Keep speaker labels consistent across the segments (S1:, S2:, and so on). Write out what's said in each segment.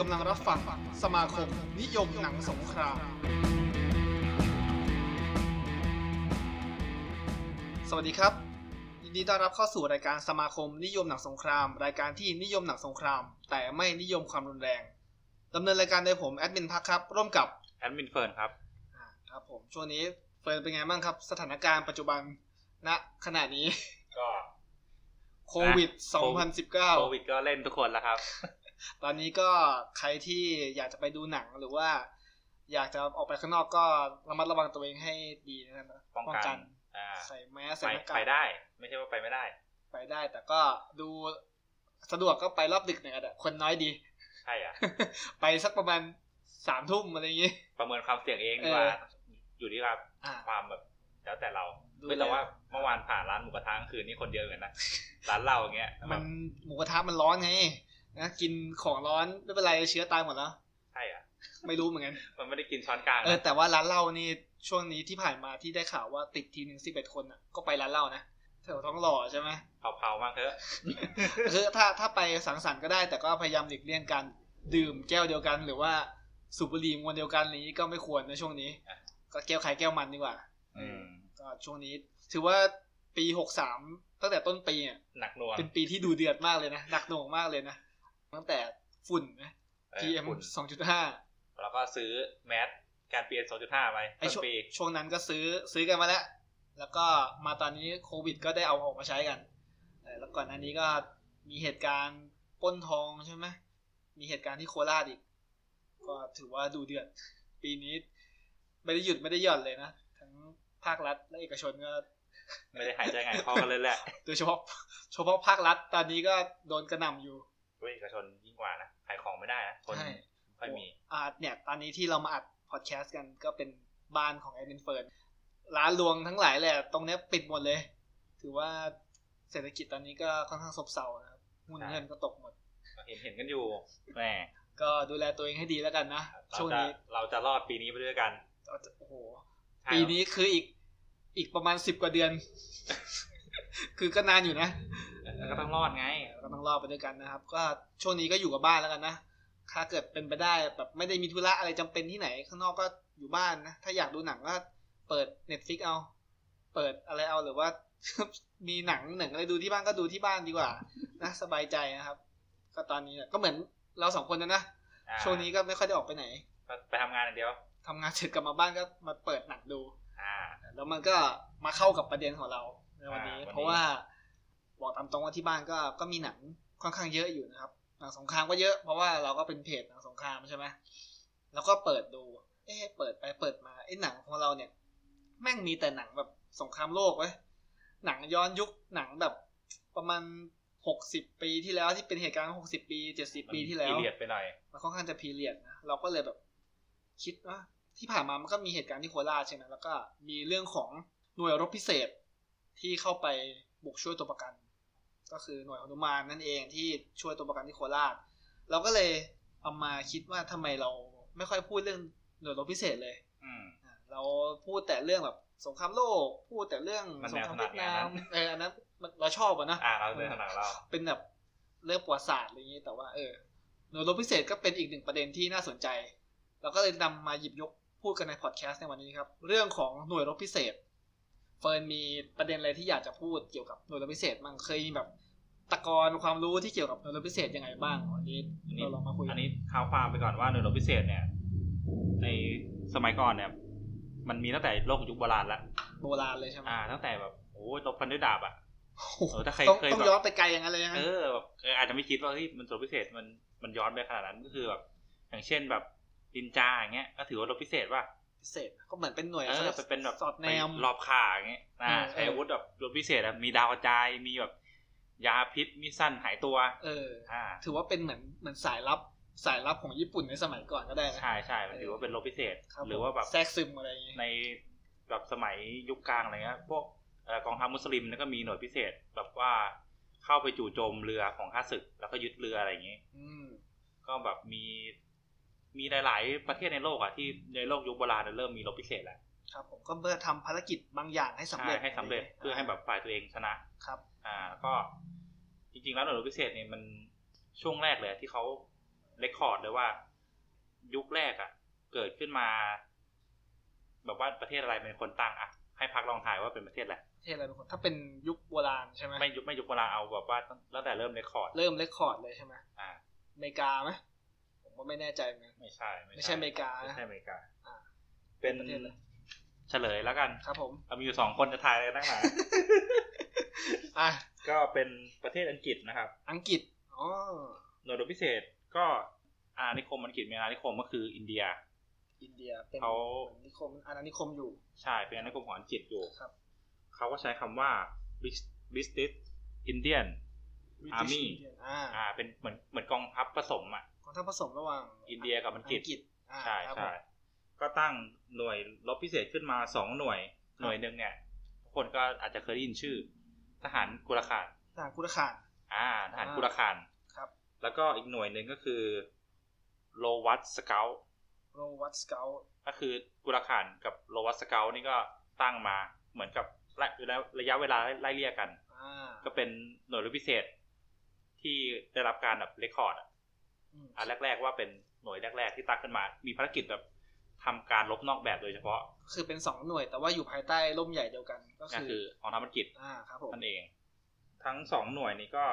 S1: กำลังรับฟังสมาคมนิยมหนังสงคราม สวัสดีครับ ยินดีต้อนรับเข้าสู่รายการสมาคมนิยมหนังสงคราม รายการที่นิยมหนังสงคราม แต่ไม่นิยมความรุนแรงดำเนินรายการโดยผมแอดมินพักครับ ร่วมกับ
S2: แอดมินเฟิร์นครับ
S1: อ่าครับผมช่วงนี้เฟิร์นเป็นไงบ้างครับ สถานการณ์ปัจจุบันณขณะนี้
S2: ก็
S1: โควิด
S2: โค
S1: 2019
S2: วิดก็เล่นทุกคนแล้วครับ
S1: ตอนนี้ก็ใครที่อยากจะไปดูหนังหรือว่า อยากจะออกไปข้างนอกก็ระมัดระวังตัวเองให้ดีนะครับ
S2: ป้องกัน อ่า
S1: ใส่แมส
S2: ไป
S1: ใส่หน้ากาก
S2: ไปได้ ไม่ใช่ว่าไปไม่ได้
S1: ไปได้ แต่ก็ดูสะดวกก็ไปรอบดึกหน่อยก็ได้คนน้อยดี
S2: ใช่อ่ะ
S1: ไปสักประมาณสามทุ่มอะไรอย่างงี้
S2: ประเมินความเสี่ยงเองดีกว่า
S1: เออ
S2: อยู่ที่ครับ
S1: อ่า
S2: ความแบบแล้วแต่เรา
S1: ดู
S2: เฮ้ยแต่
S1: แล
S2: ว่าเมื่อวานผ่านร้านหมูกระทะกลางคืนนี่คนเยอะเห มือนกันนะ ร้านเราอย่างเงี้ยแบ
S1: มั
S2: บ
S1: นหมูกระทะมันร้อนไงนะกินของร้อนไม่เป็นไรเชื้อตายหมดแล้ว
S2: ใช่อ่ะ
S1: ไม่รู้เหมือนกัน
S2: มันไม่ได้กินช้อนกลาง
S1: เออ
S2: นะ
S1: แต่ว่าร้านเหล้านี่ช่วงนี้ที่ผ่านมาที่ได้ข่าวว่าติดทีหนึ่งสิบเอ็ดคนอ่ะก็ไปร้านเหล้านะแถวท้องหล่อใช่ไหม
S2: เผาๆมากเถอะ
S1: คือถ้าถ้าไปสังสรรค์ก็ได้ แต่ก็พยายามหลีกเลี่ยงการดื่มแก้วเดียวกัน หรือว่าสูบบุหรี่มวลเดียวกันอะไรอย่างนี้ก็ไม่ควรนะช่วงนี้
S2: อ่ะ
S1: ก็แก้วใครแก้วมันดีกว่า
S2: อืม
S1: ก็ช่วงนี้ ถือว่าปีหกสามตั้งแต่ต้นปีเนี่ย
S2: หนักหน่วง
S1: เป็นปีที่ดูเดือดมากเลยนะหนักหน่วงมากเลยนะตั้งแต่ฝุ่นนะ
S2: เออ
S1: PM
S2: ฝุ่น
S1: สองจุดห้า
S2: แล้วก็ซื้อแมสการเปลี่ยน2.5ไป
S1: ไอ
S2: ต้น
S1: ช่วง
S2: ปี
S1: ช่วงนั้นก็ซื้อซื้อกันมาแล้ว แล้วก็มาตอนนี้โควิด ก็ได้เอาออกมาใช้กันเออแล้วก่อนหน้านี้ก็มีเหตุการณ์ปล้นทองใช่ไหมมีเหตุการณ์ที่โคราชอีก ก็ถือว่าดูเดือด ปีนี้ ไม่ได้หยุดไม่ได้หย่อนเลยนะ ทั้งภาครัฐและเอกชนก็
S2: ไม่ได้หายใจไงายคอกันเลย แหละ
S1: โดยเฉพาะเฉพาะภาครัฐตอนนี้ก็โดนกระหน่ำอยู่
S2: เว้ยเอกระชนยิ่งกว่านะขายของไม่ได้นะคน
S1: ใช่
S2: ไม่ค่อยมี
S1: อ่าเนี่ยตอนนี้ที่เรามาอัดพอดแคสต์กันก็เป็นบ้านของแอดมินเฟิร์นร้านรวงทั้งหลายแหละ ตรงเนี้ยปิดหมดเลย ถือว่าเศรษฐกิจตอนนี้ก็ค่อนข้างซบเซานะครับหุ้น
S2: ใช่
S1: เงินก็ตกหมด
S2: เห็นเห็นกันอยู่แหม
S1: ก็ดูแลตัวเองให้ดีแล้วกันนะ
S2: เรา
S1: ช่วง
S2: จะ
S1: นี้
S2: เราจะรอดปีนี้ไปด้วยกัน
S1: โอ้โห
S2: ใช่
S1: ปีนี้คืออีกอีกประมาณสิบกว่าเดือน คือก็นานอยู่นะ
S2: แล้วก็ต้องรอดไง
S1: ก็ต้องรอดไปด้วยกันนะครับ ก็ช่วงนี้ก็อยู่กับบ้านแล้วกันนะถ้าเกิดเป็นไปได้แบบไม่ได้มีธุระอะไรจำเป็นที่ไหน ข้างนอกก็อยู่บ้านนะ ถ้าอยากดูหนังก็เปิดเน็ตฟิกเอา เปิดอะไรเอาหรือว่า มีหนังหนังอะไรดูที่บ้านก็ดูที่บ้านดีกว่า นะสบายใจนะครับ ก็ตอนนี้เนี่ยก็เหมือนเราสองคนนะนะ
S2: อ่า
S1: ช่วงนี้ก็ไม่ค่อยได้ออกไปไหน
S2: ก็ไปทำงานอย่างเดียว
S1: ทำงานเสร็จกลับมาบ้านก็มาเปิดหนังดู
S2: อ่า
S1: แล้วมันก็มาเข้ากับประเด็นของเราในวันนี้
S2: อ่าวันนี้
S1: เพราะว่าบอกตามตรงว่าที่บ้านก็ก็มีหนังค่อนข้างเยอะอยู่นะครับหนังสงครามก็เยอะเพราะว่าเราก็เป็นเพจหนังสงครามใช่ไหมแล้วก็เปิดดู เอ๊ะเปิดไปเปิดมาไอ้หนังของเราเนี่ย แม่งมีแต่หนังแบบสงครามโลกเว้ยหนังย้อนยุคหนังแบบประมาณหกสิบปีที่แล้วที่เป็นเหตุการณ์หกสิบปีเจ็ดสิบ
S2: มัน
S1: ปีที่แล้ว
S2: อีเลียดไปหน่อย
S1: มันค่อนข้างจะพีเรียดนะเราก็เลยแบบคิดว่าที่ผ่านมามันก็มีเหตุการณ์ที่โคราชใช่ไหมแล้วก็มีเรื่องของหน่วยรบพิเศษที่เข้าไปบุกช่วยตัวประกัน ก็คือหน่วยหนุมานนั่นเองที่ช่วยตัวประกันที่โคราช เราก็เลยเอามาคิดว่าทำไมเราไม่ค่อยพูดเรื่องหน่วยรบพิเศษเลย
S2: อืม
S1: อ่ะเราพูดแต่เรื่องแบบสงครามโลก พูดแต่เรื่อง
S2: มัน
S1: สง
S2: แนว
S1: คราม
S2: ถนั
S1: เวี
S2: ด
S1: ยดนาม
S2: ไง
S1: เออ
S2: อันนั้น
S1: อันนั้นมันเราชอบอะนะ
S2: อ่าเราเดินทางหลังเรา
S1: เป็นแบบเรื่องประวัติศาสตร์อะไรอย่างนี้ แต่ว่าเออหน่วยรบพิเศษก็เป็นอีกหนึ่งประเด็นที่น่าสนใจ เราก็เลยนำมาหยิบยกพูดกันในพอดแคสต์ในวันนี้ครับ เรื่องของหน่วยรบพิเศษ เฟิร์นมีประเด็นอะไรที่อยากจะพูดเกี่ยวกับหน่วยรบพิเศษมั้งเคยมีแบบตะกอนความรู้ที่เกี่ยวกับหน่วยรบพิเศษยังไงบ้างวันนี้
S2: อันนี้
S1: เราลองมาคุยกั
S2: อั
S1: น
S2: นนี้ข่าวความไปก่อนว่าหน่วยรบพิเศษเนี่ย ในสมัยก่อนเนี่ย มันมีตั้งแต่โลกยุคโบราณละ
S1: โบราณเลยใช่ไหม
S2: อ่า ตั้งแต่แบบโอ้ยรบพันด้วยดาบอ่ะ
S1: โอ้โห
S2: เออถ้าใคร
S1: ต้อง
S2: เคย
S1: ต้อง
S2: แบบ
S1: ย้อนไปไกลอย่างนั้นเลยนะ
S2: เออแบบเอออาจจะไม่คิดว่าเฮ้ยมันรบพิเศษมันมันย้อนไปขนาดนั้นก็คือแบบอย่างเช่นแบบดินจาอย่างเงี้ยก็ถือว่ารบพิเศษป่ะ
S1: พิเศษก็เหมือนเป็นหน่วย
S2: เอ
S1: สำห
S2: อ
S1: รับ
S2: เป็นแบบ
S1: สอดแนม
S2: ไปรอบขาอย่างเงี้ยนะ
S1: เออ
S2: ใช้อาวุธแบบรถพิเศษอะมีดาวกระจายมีแบบ ยาพิษมีสั้นหายตัว
S1: เออ
S2: อ่า
S1: ถือว่าเป็นเหมือนเหมือนสายลับสายลับของญี่ปุ่นในสมัยก่อนก็ได้นะ
S2: ใช่ใช่มันถือว่าเป็นรถพิเศษ
S1: คบ
S2: หรือว่าแบบ
S1: แทรกซึมอะไรอย่างงี้
S2: ในแบบสมัยยุคกลางอะไรเงี้ยพวกเอ่อกองทัพมุสลิมเนี่ยก็มีหน่วยพิเศษแบบว่าเข้าไปจู่โจมเรือของข้าศึก แล้วก็ยึดเรืออะไรอย่างงี้
S1: อืม
S2: ก็แบบมีมีหลาย ๆ ประเทศในโลกอะที่ในโลกยุคโบราณเนี่ยเริ่มมีรถพิเศษแล้ว
S1: ครับผมก็เพื่อทำภารกิจบางอย่างให้สำ
S2: ใช่
S1: เร็จ
S2: ให้สำเร็จเพื่อให้แบบฝ่ายตัวเองชนะ
S1: ครับ
S2: อ่าก็จริงๆแล้วหน่วยรบพิเศษเนี่ยมันช่วงแรกเลยที่เขา เรคคอร์ดเลยว่า ยุคแรกอะ่ะ เกิดขึ้นมา แบบว่าประเทศอะไรเป็นคนตั้งอะให้พักลองถ่ายว่าเป็นประเทศอะไร
S1: ประเทศอะไรเป็นคนถ้าเป็นยุคโบราณใช่ไหม
S2: ไม่ยุคไม่ยุคโบราณเอาแบบว่าตั้งแต่เริ่มเรคคอร์ด
S1: เริ่มเรคคอร์ดเลยใช่ไหม
S2: อ่า
S1: อเมริกาไหมผมก็ไม่แน่ใจเหมือนกัน
S2: ไม่ใช่
S1: ไม่ใช่อเมริกานะ
S2: ไม่ใช่อเมริกา
S1: อ่า
S2: เป็น
S1: ประเทศอะไร
S2: เฉลยแล้วกัน
S1: ครับผม
S2: เอามีอยู่สองคนจะทายอะไรกันตั้งหลาย
S1: อ่ะ
S2: ก็เป็นประเทศอังกฤษนะครับ
S1: อังกฤษอ๋อ
S2: หน่วยรบพิเศษก็อาณานิคมอังกฤษมีอาณานิคมก็คืออินเดีย
S1: อินเดียเป็น
S2: เขา
S1: หมือนนิคมอาณานิคมอยู่
S2: ใช่เป็นอาณานิคมของอังกฤษอยู่
S1: ครับ
S2: เขาก็ใช้คำว่า British British Indian Army
S1: British Indian อ่า
S2: อ่า เป็นเหมือนเหมือนกองทัพผสมอ่ะ
S1: กองทัพผสมระหว่าง
S2: อินเดียกับอังกฤษ
S1: อังกฤษอ่า
S2: ใช่
S1: ครับผ
S2: ใช่
S1: ม
S2: ก็ตั้งหน่วยรบพิเศษขึ้นมาสองหน่วย หน่วยหนึ่งเนี่ยทุกคนก็อาจจะเคยได้ยินชื่อ ทหารกุลขาน
S1: ทหารกุรขาน
S2: อ่า ทหาร
S1: อ่า
S2: กุลขาน
S1: ครับ
S2: แล้วก็อีกหน่วยหนึ่งก็คือโลวัตสเกล
S1: โรวัตสเกล
S2: ก็คือกุลขานกับโลวัตสเกลนี่ก็ตั้งมาเหมือนกับระระยะเวลาไล่เลี่ยกัน
S1: อ่า
S2: ก็เป็นหน่วยรบพิเศษ ที่ได้รับการแบบเรคคอร์ดอะ
S1: อืม
S2: อันแรก ๆ ว่าเป็นหน่วยแรก ๆ ที่ตั้งขึ้นมา มีภารกิจแบบทำการลบนอกแบบโดยเฉพาะ
S1: คือเป็นสองหน่วย แต่ว่าอยู่ภายใต้ร่มใหญ่เดียวกันก็
S2: ก็
S1: คือ
S2: คืออองทัพอังกฤษ
S1: อ่าครับผม
S2: นั่นเอง ทั้งสองหน่วยนี้ก็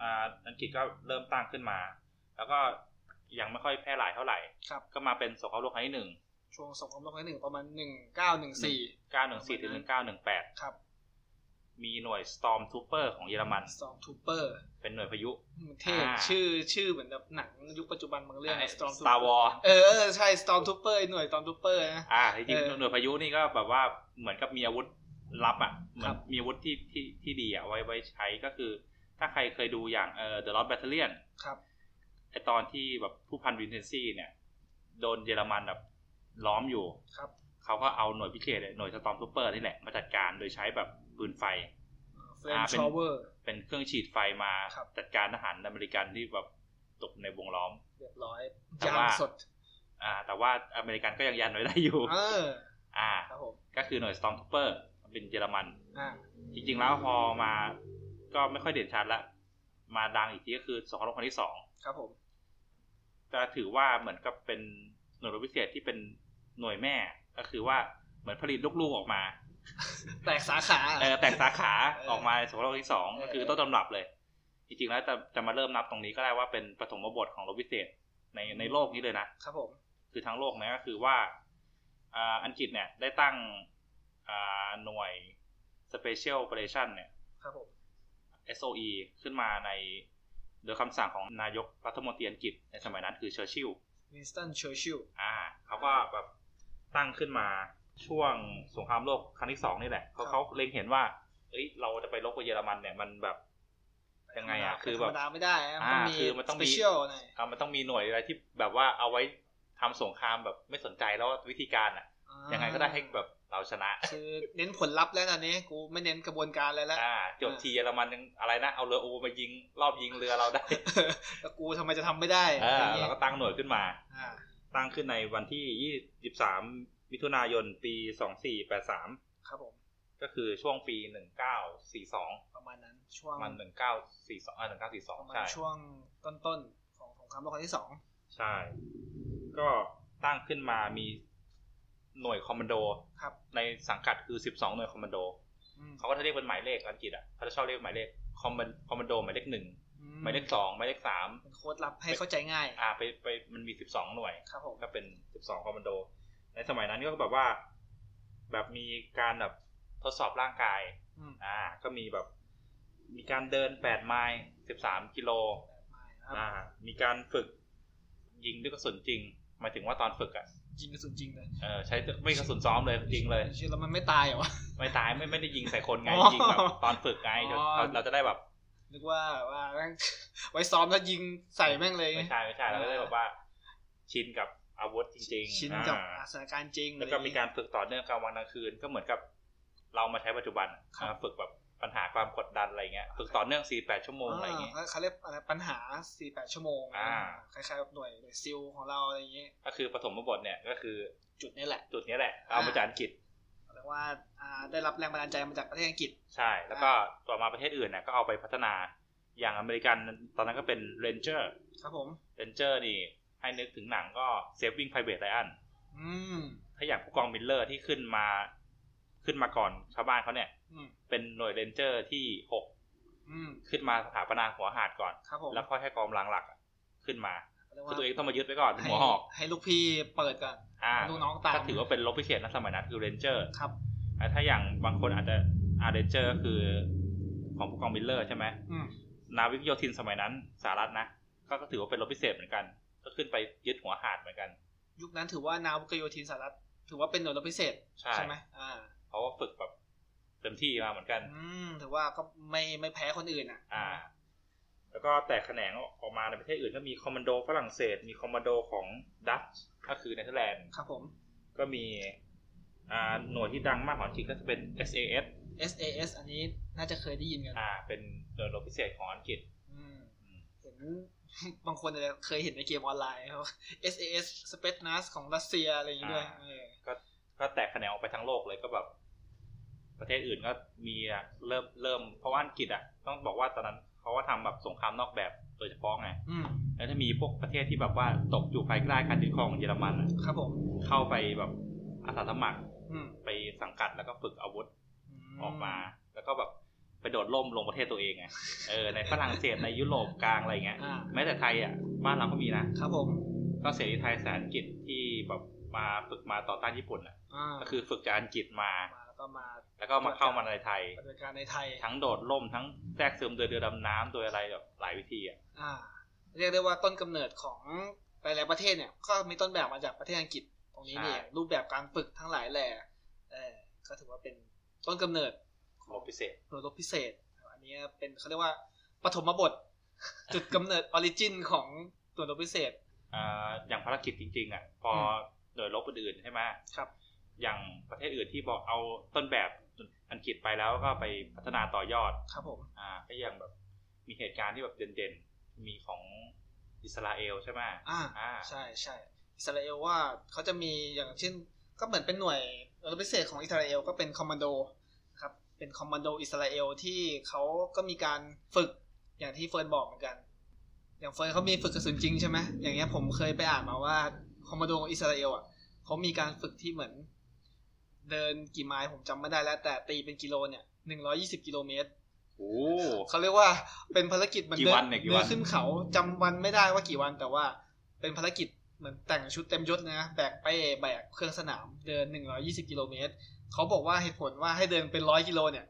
S2: อ่าอังกฤษก็เริ่มตั้งขึ้นมา แล้วก็ยังไม่ค่อยแพร่หลายเท่าไหร่
S1: ครับ
S2: ก็มาเป็นสงครามโลกครั้งที่หนึ่ง
S1: ช่วงสงครามโลกครั้งที่หนึ่งประมาณหนึ่งเก้าหนึ่งสี่
S2: เก้าหนึ่งสี่ถึงหนึ่งเก้าหนึ่งแปด
S1: ครับ
S2: มีหน่วย Storm Trooper ของเยอรมัน
S1: สองทูเปอร์
S2: เป็นหน่วยพายุ
S1: เท่
S2: อ่า
S1: ชื่อชื่อเหมือนแบบหนังยุคปัจจุบันบางเรื่อง Storm
S2: Star
S1: Trooper
S2: Wars
S1: เออเออใช่ Storm Trooper หน่วย Storm Trooper นะ
S2: อ่าจริง
S1: เออ
S2: ๆหน่วยพายุนี่ก็แบบว่าเหมือนกับมีอาวุธลับอ่ะเห
S1: ค
S2: มือ
S1: รั
S2: น
S1: บ
S2: มีอาวุธที่ที่ที่ดีอ่ะไว้ไว้ใช้ก็คือ ถ้าใครเคยดูอย่างเอ่อ The Lost Battalion
S1: ครับ
S2: ไอตอนที่แบบผู้พันวินเทนซี่เนี่ย โดนเยอรมันแบบล้อมอยู่
S1: ครับ
S2: เขาก็เอาหน่วยพิเศษเนี่ยหน่วยสตอมทูเปอร์นี่แหละ มาจัดการโดยใช้แบบปืนไฟ
S1: เฟรน
S2: อ่า
S1: ช์
S2: เป็น
S1: ชอเวอร์
S2: เป็นเครื่องฉีดไฟมา
S1: ครับ
S2: จัดการทหารอเมริกันที่แบบตกในวงล้อม
S1: เรียบร้อย
S2: แต่
S1: ยาง
S2: ว่า
S1: สด
S2: อ่า แต่ว่าอเมริกันก็ยังยันไว้ได้อยู่
S1: เออ
S2: อ่า
S1: ครับผม
S2: ก็คือหน่วยสตอมทูเปอร์เป็นเยอรมัน
S1: อ่า
S2: จริงๆแล้วพอมาก็ไม่ค่อยเด่นชัดละ มาดังอีกทีก็คือสองรบครั้งที่สอง
S1: ครับผม
S2: จะถือว่าเหมือนกับเป็นหน่วยรบพิเศษที่เป็นหน่วยแม่ ก็คือว่าเหมือนผลิตลูกๆออกมา
S1: แตกสาขา
S2: เออแตกสาขา
S1: เออ
S2: ออกมาในสงครามโลกที่สอง
S1: เออ
S2: ก็คือต้นตำรับเลย จริงๆแล้วจะจะมาเริ่มนับตรงนี้ก็ได้ว่าเป็นปฐมบทของรบพิเศษในในโลกนี้เลยนะ
S1: ครับผม
S2: คือทั้งโลกนะก็คือว่าอ่าอังกฤษเนี่ยได้ตั้งอ่าหน่วย Special Operation เนี่ย
S1: ครับผม
S2: SOE ขึ้นมาในโดยคำสั่งของนายกรัฐมนตรีอังกฤษในสมัยนั้นคือเชอร์ชิลล
S1: วินสตันเชอร์ชิล
S2: อ่าเขาก็แบบตั้งขึ้นมาช่วงสงครามโลกครั้งที่สองนี่แหละ
S1: ค
S2: เขา
S1: รับ
S2: เขาเล็งเห็นว่า เอ้ย เราจะไปรบกับเยอรมันเนี่ยมันแบบ ยังไงอะคือ
S1: ธร
S2: แบ
S1: ร
S2: บ
S1: มดาไม่ได้นะ
S2: อ่าคือมันต้องมี
S1: สเปเชียลหน่อย
S2: อ่ามันต้องมีหน่วยอะไรที่แบบว่าเอาไว้ทำสงครามแบบไม่สนใจแล้วว่าวิธีการอ่ะ
S1: อ่า
S2: ยังไงก็ได้ให้แบบเราช นะ
S1: คือเน้นผลลัพธ์แล้วตอนนี้กูไม่เน้นกระบวนการอะไรแล้ว
S2: อ่าจบทีเยอรมันยังอะไรนะเอาเรือโอมายิงรอบยิงเรือเรา ได้
S1: แล้วกูทำไมจะทำไม่ได้
S2: เออ
S1: อะไร
S2: เรา
S1: เงี้ย
S2: ก็ตั้งหน่วยขึ้นมา
S1: อ่า
S2: ตั้งขึ้นในวันที่ 23 มิถุนายน ปี 2483
S1: ครับผม
S2: ก็คือช่วงปี 1942
S1: ประมาณนั้นช่วง
S2: มัน 1942อ่า
S1: ประ
S2: 1942
S1: มาณ
S2: ใช่
S1: ช่วงต้นๆของสงครามโลกครั้งที่สอง
S2: ใช่ ก็ตั้งขึ้นมามีหน่วยคอมมานโด
S1: ครับ
S2: ในสังกัดคือ 12 หน่วยคอมมานโด
S1: อืม
S2: เขาก็จะเรียกเป็นหมายเลขอังกฤษอ่ะเขาจะชอบเรียกหมายเลขคอมมานคอมมานโดหมายเลขหนึ่ง
S1: อื
S2: หมายเลขสองหมายเลขสาม
S1: เป็นโค้ดลับให้เข้าใจง่าย
S2: อ่าไปไปมันมี 12 หน่วย
S1: ครับผม
S2: ก็เป็น 12 คอมมานโด ในสมัยนั้นก็แบบว่า แบบมีการแบบทดสอบร่างกาย
S1: อืม
S2: อ่า ก็มีแบบ มีการเดิน 8 ไมล์ 13 กิโล
S1: มาครับ
S2: อ่า มีการฝึกยิงด้วยกระสุนจริง หมายถึงว่าตอนฝึกอ่ะ
S1: ยิงกระสุนจริงเลย
S2: เออ ใช้ไม่กระสุนซ้อมเลยจริงเลย
S1: เชื่อแล้วมันไม่ตายเหรอวะ
S2: ไม่ตายไม่ไม่ได้ยิงใส่คนไง
S1: อ๋อ
S2: ยิงแบบตอนฝึกไงเดี๋ยว
S1: อ๋อ
S2: เราเราจะได้แบบ
S1: นึกว่าว่าแม่ง ไว้ซ้อมแล้วยิงใส่แม่งเลย
S2: ไม่ใช่ไม่ใช่ เราจะได้แบบว่า ชินกับอาวุธจริงๆ
S1: ชินกับ
S2: อ่า
S1: สถานการณ์จริง
S2: แล้วก็
S1: อะไรอย่ง
S2: มี
S1: งี้
S2: การฝึกต่อเนื่องกลางวันกลางคืนก็เหมือนกับเรามาใช้ปัจจุบันอะ
S1: ครับ
S2: อ่าฝึกแบบปัญหาความกดดันอะไรเงี้ยฝึกต่อเนื่อง 48 ชั่วโมงอะไรเงี้ย
S1: อ่าเขาเรียกอะไรปัญหา 48 ชั่วโมง
S2: อ่า
S1: คล้ายๆแบบหน่วยหน่วยซิลของเราอะไรอย่างเงี้ย
S2: ก็คือปฐมบทเนี่ยก็คือ
S1: จุดนี้แหละ
S2: จุดนี้แหละ เอามาจากอังกฤษ
S1: แปลว่าอ่าได้รับแรงบันดาลใจมาจากประเทศอังกฤษ
S2: ใช่ แล้วก็ต่อมาประเทศอื่นเนี่ยก็เอาไปพัฒนาอย่างอเมริกันตอนนั้นก็เป็นเรนเจอร์
S1: ครับผม
S2: เรนเจอร์นี่ ให้นึกถึงหนังก็เซฟวิ่งไพรเวทไ i อัน
S1: อืม
S2: ถ้าอย่างผู้กองมิลเลอร์ที่ขึ้นมา ขึ้นมาก่อนชาวบ้านเขาเนี่ย
S1: อืม
S2: เป็นหน่วยเรนเจอร์ที่หก
S1: อืม
S2: ขึ้นมาสถาปนาหัวหาดก่อน
S1: ครับผม
S2: แล้วค่อยให้กองกำลังหลักอะขึ้นมา
S1: เรียก
S2: คือ
S1: ว่า
S2: ตัวเองต้องมายึดไว้ก่อนเป็นหัวหอก
S1: ให้ให้ลูกพี่เปิดก่อน
S2: อ่า
S1: ลูกน้องตาม
S2: ก็ถือว่าเป็นรบพิเศษนะสมัยนั้นคือเรนเจอร์
S1: ครับ
S2: แต่ถ้าอย่างบางคนอาจจะอาเรนเจอร์คือของผู้กองมิลเลอร์ใช่ไหม
S1: อืม
S2: นาวิกโยธินสมัยนั้นสหรัฐนะ ก็ถือว่าเป็นรบพิเศษเหมือนกัน ก็ขึ้นไปยึดหัวหาดเหมือนกัน
S1: ยุคนั้นถือว่านาวิกโยธินสหรัฐถือว่าเป็นหน่วยรบพิเศษ
S2: ใช่
S1: ใช่ไหมอ่า
S2: เพราะว่าฝึกแบบเต็มที่มาเหมือนกัน
S1: อืม ถือว่าก็ไม่ไม่แพ้คนอื่นอ่ะ
S2: อ่า แล้วก็แตกแขนงออกมาในประเทศอื่นก็มีคอมมานโดฝรั่งเศส มีคอมมานโดของดัตช์ก็คือเนเธอร์แลนด์
S1: ครับผม
S2: ก็มีอ่าหน่วยที่ดังมากของอังกฤษก็จะเป็น SAS
S1: SAS อันนี้น่าจะเคยได้ยินกัน
S2: อ่า เป็นหน่วยรบพิเศษของอังกฤษ
S1: อืม
S2: อืม
S1: เห็น บางคนอาจจะเคยเห็นในเกมออนไลน์ ครับ SAS Spetsnaz ของรัสเซียอะไรอย่างงี้ด้วยเออ
S2: ก็แตกแขนงออกไปทั้งโลกเลยก็แบบ ประเทศอื่นก็มีอะเริ่มเริ่มเพราะว่าอังกฤษอ่ะ ต้องบอกว่าตอนนั้นเขาก็ทำแบบสงครามนอกแบบโดยเฉพาะไง
S1: อืม
S2: แล้วถ้ามีพวกประเทศที่แบบว่าตกอยู่ภายใต้การยึดครองของเยอรมันอะ
S1: ครับผม
S2: เข้าไปแบบอาสาสมัคร
S1: อืม
S2: ไปสังกัดแล้วก็ฝึกอาวุธออกมา แล้วก็แบบไปโดดร่มลงประเทศตัวเองไงเออในฝรั่งเศสในยุโรปกลางอะไรเงี้ย
S1: อ่า
S2: แม้แต่ไทยอ่ะบ้านเราก็มีนะครับ
S1: ผม
S2: ก็เสรีไทยแสนอังกฤษที่แบบมาฝึกมาต่อต้านญี่ปุ่นอ่ะ
S1: อ่า
S2: ก็คือฝึกจากอังกฤษมา
S1: มาแล้วก็มา
S2: แล้วก็มาเข้ามาในไทย
S1: ปฏิบัติการในไทย
S2: ทั้งโดดร่มทั้งแทรกซึมโดยเรือดำน้ำโดยอะไรแบบหลายวิธีอ่ะ
S1: อ่า เรียกได้ว่าต้นกำเนิดของหลายๆประเทศเนี่ย ก็มีต้นแบบมาจากประเทศอังกฤษตรงนี้นี่เองรูปแบบการฝึกทั้งหลายแหล่เออก็ถือว่าเป็นต้นกำเนิดข
S2: ร
S1: อง
S2: บพิเศษ
S1: หน่วยรบพิเศษอันนี้เป็นเขาเรียกว่าปฐมบท จุดกำเนิดออ ริจินของหน่วยรบพิเศษ
S2: อ่าอย่างภารกิจจริงๆอ่ะพอหน่วยรบอื่นๆใช่ไหม
S1: ครับ
S2: อย่างประเทศอื่นที่บอกเอาต้นแบบอังกฤษไปแล้วก็ไปพัฒนาต่อยอด
S1: ครับผม
S2: อ่าก็อย่างแบบมีเหตุการณ์ที่แบบเด่นๆ มีของอิสราเอลใช่ไหม
S1: อ่า
S2: อ่า
S1: ใช่ใช่อิสราเอลว่าเขาจะมีอย่างเช่น ก็เหมือนเป็นหน่วยหน่วยรบพิเศษของอิสราเอลก็เป็นคอมมานโดนะครับเป็นคอมมานโดอิสราเอลที่เขาก็มีการฝึกอย่างที่เฟิร์นบอกเหมือนกัน อย่างเฟิร์นเขามีฝึกกระสุนจริงใช่ไหมอย่างเงี้ยผมเคยไปอ่านมาว่าคอมมานโดอิสราเอลอ่ะเขามีการฝึกที่เหมือน เดินกี่ไมล์ผมจำไม่ได้แล้ว แต่ตีเป็นกิโลเนี่ยหนึ่งร้อยี่สิบกิโลเมตร
S2: โอ้
S1: เขาเรียกว่าเป็นภารกิจเหมือน
S2: กี่
S1: ดิ
S2: วันเนี่ยกี่วัน
S1: ดิขึ้นเขาจำวันไม่ได้ว่ากี่วันแต่ว่าเป็นภารกิจเหมือนแต่งชุดเต็มยศนะแบกไปแบกเครื่องสนามเดิน 120 กิโลเมตรเขาบอกว่าเหตุผลว่าให้เดินเป็นร้อยกิโลเนี่ย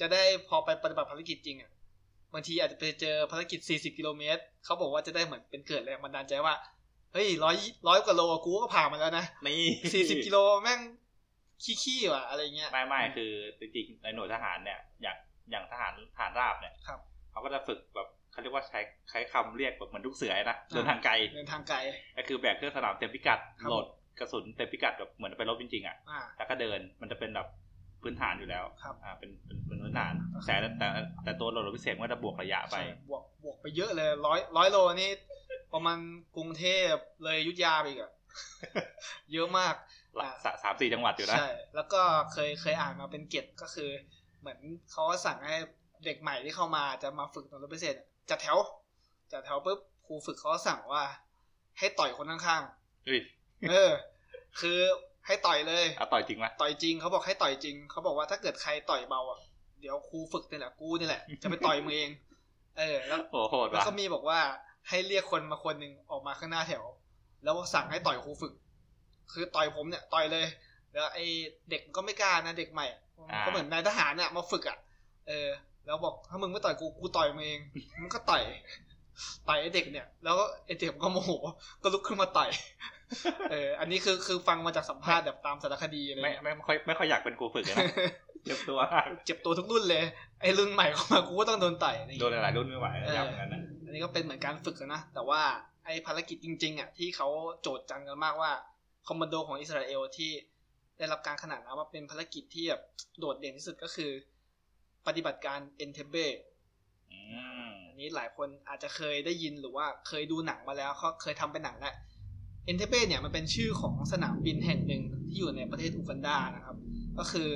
S1: จะได้พอไปปฏิบัติภารกิจจริงอ่ะบางทีอาจจะไปเจอภารกิจ 40 กิโลเมตรเขาบอกว่าจะได้เหมือนเป็นเกิดแรงบันดาลใจว่าเฮ้ยร้อยร้อยกว่าโลกูก็ผ่านมาแล้วนะ
S2: นี่
S1: 40 กิโลแม่งขี้ๆว่ะอะไรเงี้ย
S2: ไม่ไม่คือจริงๆในหน่วยทหารเนี่ย อย่างอย่างทหารทหารราบเนี่ย
S1: ครับ
S2: เขาก็จะฝึกแบบเขาเรียกว่าใช้ใช้คำเรียกแบบเหมือนลูกเสือนะ
S1: อ่า
S2: เดินทางไกล
S1: เดินทางไกล
S2: ก็คือแบกเครื่องสนามเต็มพิกัด
S1: ครับ
S2: โหลดกระสุนเต็มพิกัดแบบเหมือนไปรบจริงๆอ่ะ
S1: อ่า
S2: แล้วก็เดินมันจะเป็นแบบพื้นฐานอยู่แล้ว
S1: ครับ
S2: อ่าเป็นเป็นเป็นพื้นฐานแต่แต่แต่แต่ตัวโหลดพิเศษมันก็จะบวกระยะไป
S1: ใช่บวกบวกไปเยอะเลยร้อยร้อยโลนี่ประมาณกรุงเทพเลยอยุทธยาไปอีกอะ เยอะมาก อ่า
S2: สาสามสี่จังหวัดอยู่นะ
S1: ใช่แล้วก็เคยเคยอ่านมาเป็นเกตก็คือ เหมือนเขาสั่งให้เด็กใหม่ที่เข้ามาจะมาฝึกตรงรถพิเศษอะจัดแถวจัดแถวปุ๊บครูฝึกเขาสั่งว่า ให้ต่อยคนข้าง
S2: เฮ้ย
S1: ๆเออ คือให้ต่อยเลย
S2: เอาต่อยจริงไหม
S1: ต่อยจริงเขาบอกให้ต่อยจริงเขาบอกว่าถ้าเกิดใครต่อยเบาอ่ะเดี๋ยวครูฝึกนี่แหละกูนี่แหละจะไปต่อยมึงเอง เออแล้ว
S2: โอ้โหด
S1: แล้ว
S2: ว่ะ
S1: ก็มีบอกว่าให้เรียกคนมาคนหนึ่งออกมาข้างหน้าแถว แล้วสั่งให้ต่อยครูฝึก คือต่อยผมเนี่ยต่อยเลย แล้วไอ้เด็กก็ไม่กล้านะเด็กใหม่อะก็เหมือนนายทหารเนี่ยมาฝึกอ่ะเออ แล้วบอกถ้ามึงไม่ต่อยกูกูต่อยมึงเอง มันก็ต่อยต่อยไอ้เด็กเนี่ย แล้วไอ้เด็กก็โมโหก็ลุกขึ้นมาต่อย เออ อันนี้คือคือฟังมาจากสัมภาษณ์แบบตามสารคดีอะไร
S2: ไม่
S1: เงี้ย
S2: ไม่ไม่ค่อยไม่ค่อยอยากเป็นครูฝึก เลยนะ เจ็บตัวมาก
S1: เจ็บตัวทุกรุ่นเลย ไอ้รุ่นใหม่เข้ามากูก็ต้องโดนต่อยอะไรเงี้ย
S2: โดนหลายๆรุ่นไม่ไหวนะยาวเหมือนกันนะ
S1: อันนี้ก็เป็นเหมือนการฝึกอะนะ แต่ว่าไอภารกิจจริงๆอ่ะที่เขาโจทย์จังกันมากว่าคอมมานโดของอิสราเอลที่ได้รับการขนานนามว่าเป็นภารกิจที่แบบโดดเด่นที่สุดก็คือ ปฏิบัติการเอนเทเบ
S2: อืม
S1: อันนี้หลายคนอาจจะเคยได้ยินหรือว่าเคยดูหนังมาแล้วเขาเคยทำเป็นหนังแล้วเอนเทเบเนี่ยมันเป็นชื่อของสนามบินแห่งหนึ่งที่อยู่ในประเทศอูกันดานะครับ ก็คือ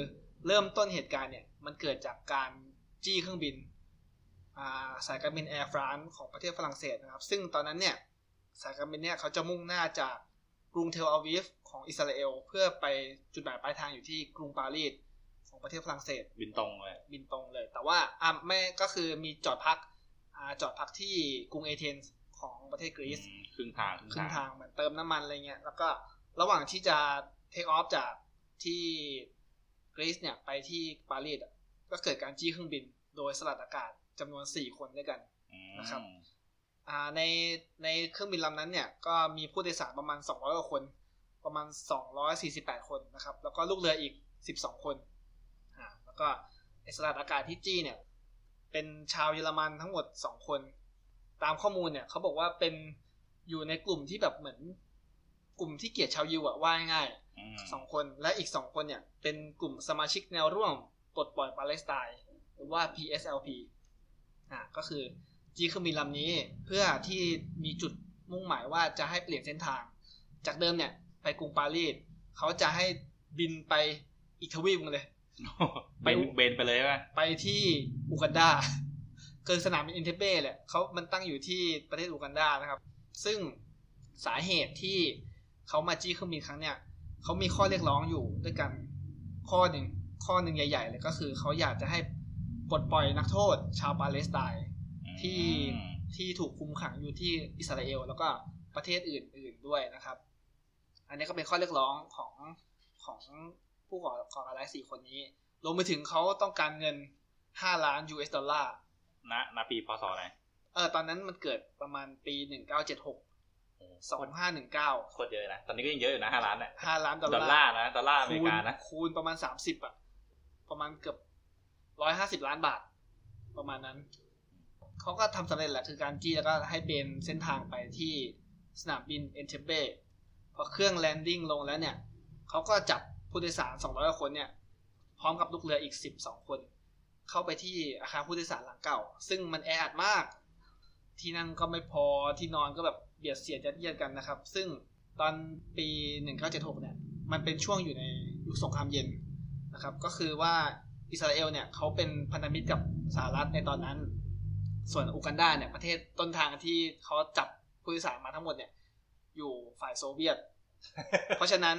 S1: เริ่มต้นเหตุการณ์เนี่ยมันเกิดจากการจี้เครื่องบิน อ่าสายการบินแอร์ฟรานซ์ของประเทศฝรั่งเศสนะครับ ซึ่งตอนนั้นเนี่ยสายการบินเนี่ยเขาจะมุ่งหน้าจากกรุงเทลอาวิฟของอิสราเอล เพื่อไปจุดหมายปลายทางอยู่ที่กรุงปารีสของประเทศฝรั่งเศส
S2: บินตรงเลย
S1: บินตรงเลย แต่ว่าอ่ะไม่ก็คือมีจอดพักอ่าจอดพักที่กรุงเอเธนส์ของประเทศกรีซ
S2: ครึ่งทาง
S1: ครึ่งทางเหมือนเติมน้ำมันอะไรเงี้ย แล้วก็ระหว่างที่จะเทคออฟจากที่กรีซเนี่ยไปที่ปารีสอะก็เกิดการจี้เครื่องบินโดยสลัดอากาศจำนวน 4 คนด้วยกัน
S2: อืม
S1: นะครับ อ่าในในเครื่องบินลำนั้นเนี่ยก็มีผู้โดยสารประมาณ 200กว่าคน ประมาณ 248 คนนะครับ แล้วก็ลูกเรืออีก 12 คนอ่าแล้วก็ไอสลัดอากาศที่จี้เนี่ย เป็นชาวเยอรมันทั้งหมด 2 คน ตามข้อมูลเนี่ยเขาบอกว่าเป็นอยู่ในกลุ่มที่แบบเหมือน กลุ่มที่เกลียดชาวยิวอะว่าง่าย
S2: ม
S1: ๆสองคนและอีก 2 คนเนี่ย เป็นกลุ่มสมาชิกแนวร่วมปลดปล่อยปาเลสไตน์ หรือว่า PSLP อ่ะก็คือจีเครื่องบินลำนี้เพื่อที่มีจุดมุ่งหมายว่าจะให้เปลี่ยนเส้นทาง จากเดิมเนี่ย ไปกรุงปารีสเขาจะให้บินไปอีกทวีปหนึงเลย
S2: ไปเบนไปเลยใช่ไหม
S1: ไปที่อูกันดา คือสนามบินอินเทเบ้แหละเขามันตั้งอยู่ที่ประเทศอูกันดานะครับ ซึ่งสาเหตุที่เขามาจี้เครื่องบินครั้งเนี่ยเขามีข้อเรียกร้องอยู่ด้วยกันข้อหนึ่งข้อหนึ่งใหญ่ ๆ เลยก็คือเขาอยากจะให้ปลดปล่อยนักโทษ ชาวปาเลสไตน์ ที่
S2: อืม
S1: ที่ถูกคุมขังอยู่ที่อิสราเอลแล้วก็ประเทศอื่น ๆด้วยนะครับ อันนี้ก็เป็นข้อเรียกร้องของของผู้ก่อก่อการร้ายสี่คนนี้รวมไปถึงเขาต้องการเงิน 5 ล้าน US ดอลลาร์
S2: ณณปีพศไหน
S1: เออตอนนั้นมันเกิดประมาณปี 1976
S2: โอ้โห
S1: 2519
S2: โคตรเยอะนะ ตอนนี้ก็ยังเยอะอยู่นะห้าล้านเนี่ย
S1: 5 ล้านดอล
S2: ดอล
S1: ลา
S2: ลา
S1: ร์
S2: ร์นะ ดอลลาร์อ
S1: คู
S2: เม
S1: ณ
S2: ริกานะ
S1: คูณประมาณ 30อะประมาณเกือบ 150 ล้านบาท ประมาณนั้น เขาก็ทำสำเร็จแหละคือการจี้แล้วก็ให้เบนเส้นทางไปที่สนามบินเอนเทเบพอเครื่องแลนดิ้งลงแล้วเนี่ย เขาก็จับผู้โดยสาร 200กว่าคนเนี่ย พร้อมกับลูกเรืออีก 12 คน เข้าไปที่อาคารผู้โดยสารหลังเก่า ซึ่งมันแออัดมาก ที่นั่งก็ไม่พอที่นอนก็แบบเบียดเสียดยัดเยียดกันนะครับ ซึ่งตอนปี 1976 เนี่ย มันเป็นช่วงอยู่ในยุคสงครามเย็นนะครับ ก็คือว่าอิสราเอลเนี่ยเขาเป็นพันธมิตรกับสหรัฐในตอนนั้น ส่วนอูกันดาเนี่ยประเทศต้นทางที่เขาจับผู้โดยสารมาทั้งหมดเนี่ย อยู่ฝ่ายโซเวียต เพราะฉะนั้น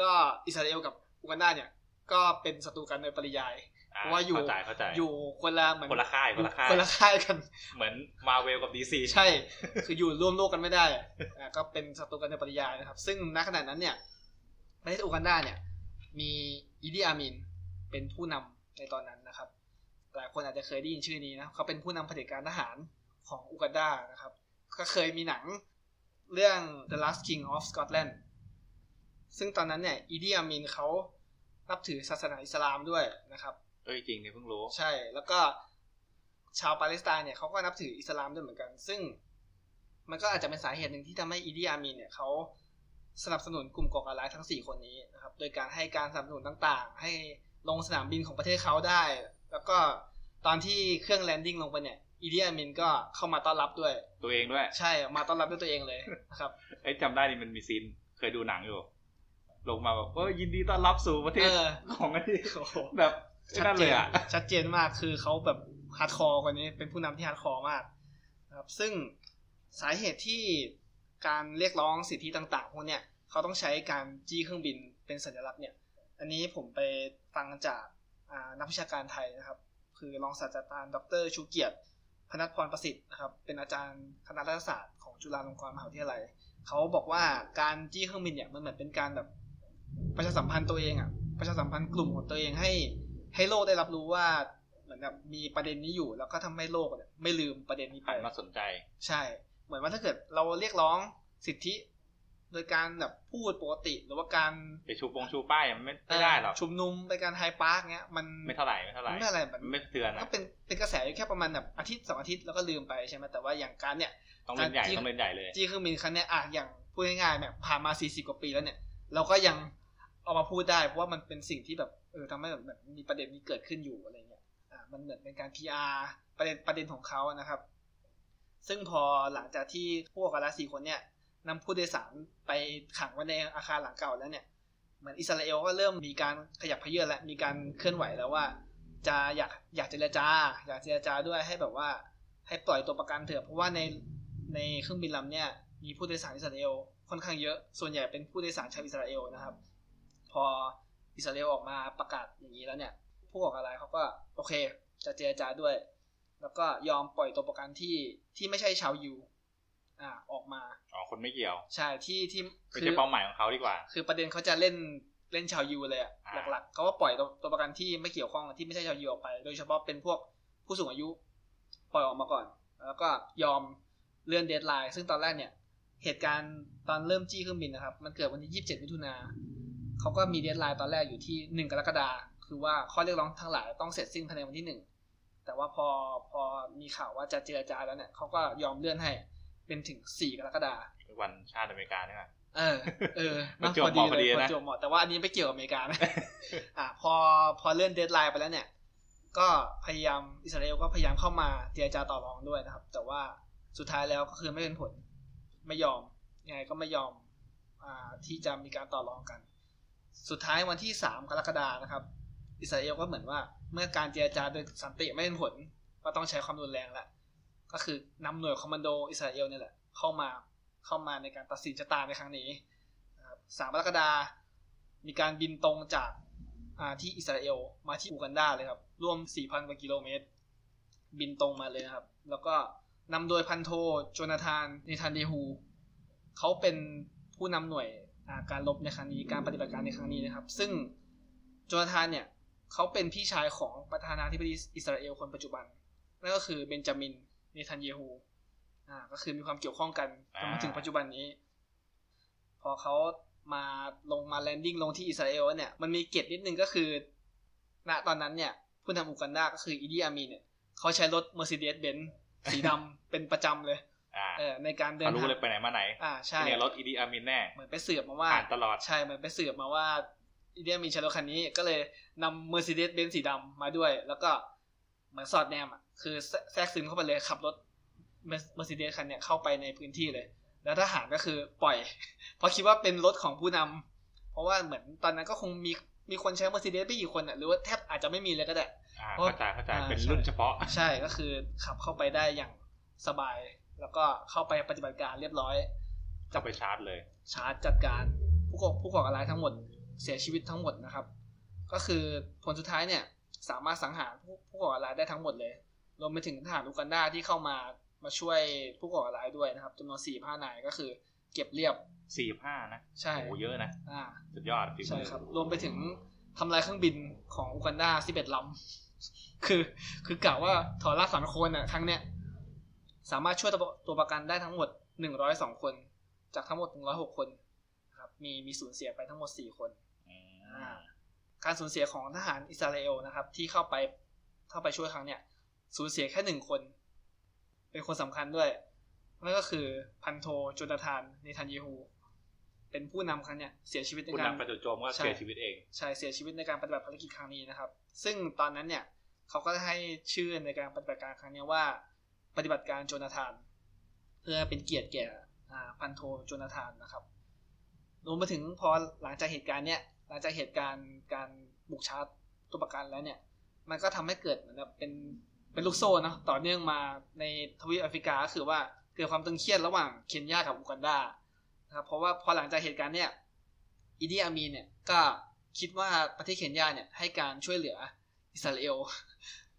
S1: ก็อิสราเอลกับอูกันดาเนี่ย ก็เป็นศัตรูกันโดยปริยาย
S2: อ่
S1: เพราะว่าอยู่
S2: เข้าใจเข้าใจ
S1: อยู่คนละเหมือน
S2: คนละค่าย คนละค่าย
S1: คนละค่ายกัน
S2: เหมือนมาเวลกับดีซี
S1: ใช่ คืออยู่ร่วมโลกกันไม่ได้อ่ะก็เป็นศัตรูกันในปริยายนะครับ ซึ่งณขณะนั้นเนี่ยประเทศอูกันดาเนี่ย มีอีดีอามินเป็นผู้นำในตอนนั้นนะครับ หลายคนอาจจะเคยได้ยินชื่อนี้นะ เขาเป็นผู้นำเผด็จการทหารของอูกันดานะครับ ก็เคยมีหนังเรื่อง The Last King of Scotland ซึ่งตอนนั้นเนี่ยอีดีอามินเขานับถือศาสนาอิสลามด้วยนะครับ
S2: เอ้ยจริงเนี่ยเพิ่งรู้
S1: ใช่แล้วก็ชาวปาเลสไตน์เนี่ยเขาก็นับถืออิสลามด้วยเหมือนกัน ซึ่งมันก็อาจจะเป็นสาเหตุหนึ่งที่ทำให้อีดีอามีนเนี่ยเขาสนับสนุนกลุ่มก่อการร้ายทั้ง 4 คนนี้นะครับ โดยการให้การสนับสนุนต่างๆ ให้ลงสนามบินของประเทศเขาได้ แล้วก็ตอนที่เครื่องแลนดิ้งลงไปเนี่ยอีดีอามินก็เข้ามาต้อนรับด้วย
S2: ตัวเองด้วย
S1: ใช่มาต้อนรับด้วยตัวเองเลยนะครับ
S2: เอ้ยจำได้นี่มันมีซีน เคยดูหนังอยู่ ลงมาแบบเอ้ยยินดีต้อนรับสู่ ประเทศ
S1: เออ
S2: ของไอ้ที่
S1: โอ้โห
S2: แบบไอ้นั่นเลยอ่ะ
S1: ชัดเจนมากคือเขาแบบฮาร์ดคอร์กว่านี้เป็นผู้นำที่ฮาร์ดคอร์มากนะครับ ซึ่งสาเหตุที่การเรียกร้องสิทธิต่างๆพวกเนี่ยเขาต้องใช้การจี้เครื่องบินเป็นสัญลักษณ์เนี่ย อันนี้ผมไปฟังจากอ่านักวิชาการไทยนะครับ คือรองศาสตราจารย์ดรชูเกียรติพนัทพรประสิทธิ์นะครับ เป็นอาจารย์คณะรัฐศาสตร์ของจุฬาลงกรณ์มหาวิทยาลัย เขาบอกว่าการจี้เครื่องบินเนี่ยมันเหมือนเป็นการแบบประชาสัมพันธ์ตัวเองอะประชาสัมพันธ์กลุ่มของตัวเองให้ ให้โลกได้รับรู้ว่าเหมือนแบบมีประเด็นนี้อยู่ แล้วก็ทำให้โลกเนี่ยไม่ลืมประเด็นนี้ไป
S2: หันมาสนใจ
S1: ใช่ เหมือนว่าถ้าเกิดเราเรียกร้องสิทธิ โดยการแบบพูดปกติ หรือว่าการ
S2: ไปชูปงชูป้ายมันไม่ไม่ได้หรอก
S1: ชุมนุมไปการไฮปาร์กเงี้ยมัน
S2: ไม่เท่าไหร่ไม่เท่าไหร่
S1: มันไม่อะไรแบบ
S2: ไม่เตือน
S1: ก็
S2: นะ
S1: เป็นเป็นกระแสอยู่แค่ประมาณแบบอาทิตย์สองอาทิตย์แล้วก็ลืมไปใช่ไหมแต่ว่าอย่างการเนี่ย
S2: ต้องเล่นใหญ่
S1: จี้
S2: ต้องเล่นใหญ่เลย
S1: จี้เครื่องบินครั้งเนี้ยอ่ะอย่างพูดง่ายๆเนี่ยผ่านมา 40 กว่าปีแล้วเนี่ย เราก็ยังเอามาพูดได้ เพราะว่ามันเป็นสิ่งที่แบบเออทำให้แบบแบบมีประเด็นนี้เกิดขึ้นอยู่อะไรเงี้ยอ่ะมันเหมือนเป็นการ PR ประเด็นประเด็นของเขานะครับ ซึ่งพอหลังจากที่พวกกาลาสีคนเนี่ยนำผู้โดยสารไปขังไว้ในอาคารหลังเก่าแล้วเนี่ยเหมือนอิสราเอลก็เริ่มมีการขยับเขยื้อนและมีการเคลื่อนไหวแล้วว่า จะอยากอยากเจรจา อยากเจรจาด้วยให้แบบว่า ให้ปล่อยตัวประกันเถอะเพราะว่าในในเครื่องบินลำเนี่ยมีผู้โดยสารอิสราเอลค่อนข้างเยอะ ส่วนใหญ่เป็นผู้โดยสารชาวอิสราเอลนะครับ พออิสราเอลออกมาประกาศอย่างนี้แล้วเนี่ย ผู้ก่อการร้ายเขาก็โอเค จะเจรจาด้วย แล้วก็ยอมปล่อยตัวประกันที่ที่ไม่ใช่ชาวยูอ่าออกมา
S2: อ๋อคนไม่เกี่ยว
S1: ใช่ที่ที่
S2: ไม่
S1: คื
S2: ใช่
S1: อ
S2: เป้าหมายของเขาดีกว่า
S1: คือประเด็นเขาจะเล่นเล่นชาวยูเลยอะ
S2: อ่า
S1: หลักๆเขาก็ปล่อยตัวตัวประกันที่ไม่เกี่ยวข้องที่ไม่ใช่ชาวยูออกไป โดยเฉพาะเป็นพวกผู้สูงอายุ ปล่อยออกมาก่อน แล้วก็ยอมเลื่อนเดทไลน์ซึ่งตอนแรกเนี่ย เหตุการณ์ตอนเริ่มจี้เครื่องบินนะครับ มันเกิดวันที่ 27 มิถุนาเขาก็มีเดทไลน์ตอนแรกอยู่ที่ 1 กรกฎาคมคือว่าข้อเรียกร้องทั้งหลายต้องเสร็จสิ้นภายในวันที่ 1 แต่ว่าพอพอมีข่าวว่าจะเจรจาแล้วเนี่ยเขาก็ยอมเลื่อนให้เป็นถึง 4 กรกฎาคม
S2: วันชาติอเมริกาเนี่ยนะ
S1: เออ เอ อ
S2: ประจวบเหมาะพอดีนะ
S1: ประจวบเหมาะแต่ว่าอันนี้ไม่เกี่ยวกับอเมริกา นะ อ่ะพอพอเลื่อนเดทไลน์ไปแล้วเนี่ย ก็พยายามอิสราเอลก็พยายามเข้ามาเจรจาต่อรองด้วยนะครับ แต่ว่าสุดท้ายแล้วก็คือไม่เป็นผล ไม่ยอม ยังไงก็ไม่ยอม อ่าที่จะมีการต่อรองกัน สุดท้ายวันที่สามกรกฎานะครับ อิสราเอลก็เหมือนว่า เมื่อการเจรจาโดยสันติไม่เป็นผล ก็ต้องใช้ความรุนแรงแหละ ก็คือนำหน่วยคอมมานโดอิสราเอลเนี่ยแหละ เข้ามาเข้ามาในการตัดสินชะตาในครั้งนี้นะครับสามกรกฎามีการบินตรงจากอ่าที่อิสราเอลมาที่อูกันดาเลยครับ รวม 4,000 กว่ากิโลเมตร บินตรงมาเลยนะครับ แล้วก็นำโดยพันโทโจนาธานเนทันเดฮู เขาเป็นผู้นำหน่วยอ่าการรบในครั้งนี้การปฏิบัติการในครั้งนี้นะครับ ซึ่งโจนาธานเนี่ยเขาเป็นพี่ชายของประธานาธิบดีอิสราเอลคนปัจจุบัน นั่นก็คือเบนจามินเนทันเยฮูอ่าก็คือมีความเกี่ยวข้องกันจนมาถึงปัจจุบันนี้ พอเขามาลงมาแลนดิ้งลงที่อิสราเอลแล้วเนี่ยมันมีเกตนิดนึงก็คือ ณตอนนั้นเนี่ยผู้นำอูกันดาก็คืออีดีอามีนเนี่ยเขาใช้รถ Mercedes-Benz สีดำ เป็นประจำเลย
S2: อ่า
S1: เออในการเดิน
S2: เขารู้
S1: ทาง
S2: เลยไปไหนมาไหน
S1: อ่าใช่
S2: ที่เนี่ยรถอีดีอามินแน่
S1: เหมือนไปสืบมาว่า
S2: ผ่านตลอด
S1: ใช่เหมือนไปสืบมาว่าอีเดียมีชารถคันนี้ก็เลยนำ Mercedes Benz สีดำมาด้วย แล้วก็เหมือนสอดแนมอ่ะคือแทรแทรกซึมเข้าไปเลยขับรถ Mercedes คันเนี่ยเข้าไปในพื้นที่เลย แล้วทหารก็คือปล่อย เพราะคิดว่าเป็นรถของผู้นำเพราะว่าเหมือนตอนนั้นก็คงมีมีคนใช้ Mercedes ไม่กี่คนอ่ะหรือว่าแทบอาจจะไม่มีเลยก็ได้
S2: อ่า
S1: เพราะ
S2: เข้าใจเข้าใจ
S1: อ่า
S2: เป็น
S1: ใช่
S2: รุ่นเฉพาะ
S1: ใช่ก็คือขับเข้าไปได้อย่างสบาย แล้วก็เข้าไปปฏิบัติการเรียบร้อย
S2: จะไปชาร์จเลย
S1: ชาร์จจัดการผู้ก่อผู้ก่อการร้ายทั้งหมดเสียชีวิตทั้งหมดนะครับ ก็คือผลสุดท้ายเนี่ยสามารถสังหารผู้ผู้ก่อการร้ายได้ทั้งหมดเลยรวมไปถึงทหารอูกันดาที่เข้ามามาช่วยผู้ก่อการร้ายด้วยนะครับจำนวนสี่ห้านายก็คือเก็บเรียบ
S2: สี่ห้านะ
S1: ใช่
S2: โอ้เยอะนะ
S1: อ่า
S2: สุดยอดฝีมือ
S1: ใช่ครับรวมไปถึงทำลายเครื่องบินของอูกันดาสิบเอ็ดลำ คือคือกล่าวว่าถอนรากถอนโคนอ่ะครั้งเนี้ยสามารถช่วยตัวตัวประกันได้ทั้งหมดหนึ่งร้อยสองคน จากทั้งหมดหนึ่งร้อยหกคนนะครับมีมีสูญเสียไปทั้งหมดสี่คน
S2: อื
S1: อ่าม การสูญเสียของทหารอิสราเอลนะครับ ที่เข้าไปเข้าไปช่วยครั้งเนี่ยสูญเสียแค่หนึ่งคน เป็นคนสำคัญด้วยนั่นก็คือพันโทโจนาธานเนทันเยฮูเป็นผู้นำครั้งเนี่ยเสียชีวิตใน
S2: คุณ
S1: การ
S2: นำประจุโจมก็
S1: ใช่
S2: เสียชีวิตเอง
S1: ชายเสียชีวิตในการปฏิบัติภารกิจครั้งนี้นะครับ ซึ่งตอนนั้นเนี่ยเขาก็ได้ให้ชื่อในการปฏิบัติการครั้งเนี้ยว่า ปฏิบัติการโจนาธาน เพื่อเป็นเกียรติแก่อ่าพันโทโจนาธานนะครับรวมไปถึงพอหลังจากเหตุการณ์เนี่ยหลังจากเหตุการณ์การบุกชาร์จตัวประกันแล้วเนี่ย มันก็ทำให้เกิดเหมือนแบบเป็นเป็นลูกโซ่เนาะต่อเนื่องมาในทวีปแอฟริกาก็คือว่าเกิดความตึงเครียดระหว่างเคนยากับอูกันดานะครับเพราะว่าพอหลังจากเหตุการณ์เนี่ยอีดีอามีนเนี่ยก็คิดว่าประเทศเคนยาเนี่ยให้การช่วยเหลืออิสราเอล